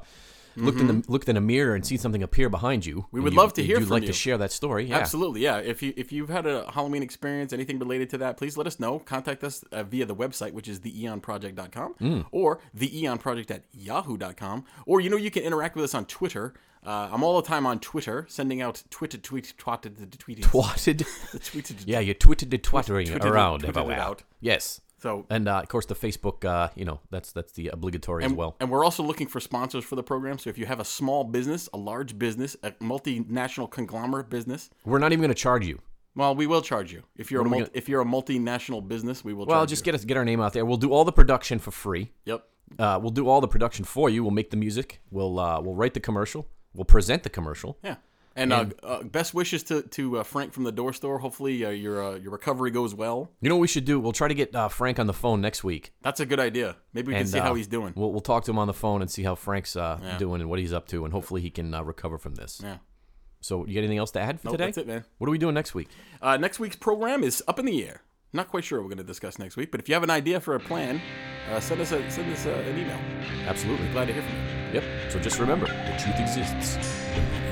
Speaker 1: looked in the looked in a mirror and seen something appear behind you, we
Speaker 2: Mm-hmm. would love to hear
Speaker 1: You'd
Speaker 2: from
Speaker 1: like
Speaker 2: you.
Speaker 1: to share that story? Yeah.
Speaker 2: Absolutely, yeah. If you if you've had a Halloween experience, anything related to that, please let us know. Contact us uh, via the website, which is theeonproject.com, or theeonproject at yahoo.com. Or you know you can interact with us on Twitter. Uh, I'm all the time on Twitter, sending out Twitter tweet twatted the tweeted
Speaker 1: Twatted.
Speaker 2: tweeted.
Speaker 1: yeah, you twitted it twattering
Speaker 2: Twitted it-
Speaker 1: around.
Speaker 2: twitted
Speaker 1: about
Speaker 2: it
Speaker 1: that.
Speaker 2: out.
Speaker 1: Yes.
Speaker 2: So
Speaker 1: And uh, of course, the Facebook. Uh, you know, that's that's the obligatory as well.
Speaker 2: And we're also looking for sponsors for the program. So if you have a small business, a large business, a multinational conglomerate business,
Speaker 1: We're not even going to charge you.
Speaker 2: well, we will charge you. If you're a
Speaker 1: we
Speaker 2: multi, if you're a multinational business, we will.
Speaker 1: Well,
Speaker 2: charge
Speaker 1: just get us get our name out there. We'll do all the production for free.
Speaker 2: you. yep.
Speaker 1: Uh, we'll do all the production for you. We'll make the music. We'll uh, we'll write the commercial. We'll present the commercial.
Speaker 2: Yeah. And, uh, uh, best wishes to to uh, Frank from the door store. Hopefully uh, your uh, your recovery goes well.
Speaker 1: You know what we should do? We'll try to get uh, Frank on the phone next week.
Speaker 2: That's a good idea. Maybe we
Speaker 1: and,
Speaker 2: can see
Speaker 1: uh,
Speaker 2: how he's doing.
Speaker 1: We'll, we'll talk to him on the phone and see how Frank's uh, doing and what he's up to, and hopefully he can uh, recover from this.
Speaker 2: Yeah.
Speaker 1: So, you got anything else to add for
Speaker 2: Nope,
Speaker 1: today?
Speaker 2: that's it, man.
Speaker 1: What are we doing next week?
Speaker 2: Uh, next week's program is up in the air. Not quite sure what we're going to discuss next week, but if you have an idea for a plan, uh, send us a, send us uh an email.
Speaker 1: Absolutely.
Speaker 2: Glad to hear from you.
Speaker 1: Yep. So just remember, the truth exists.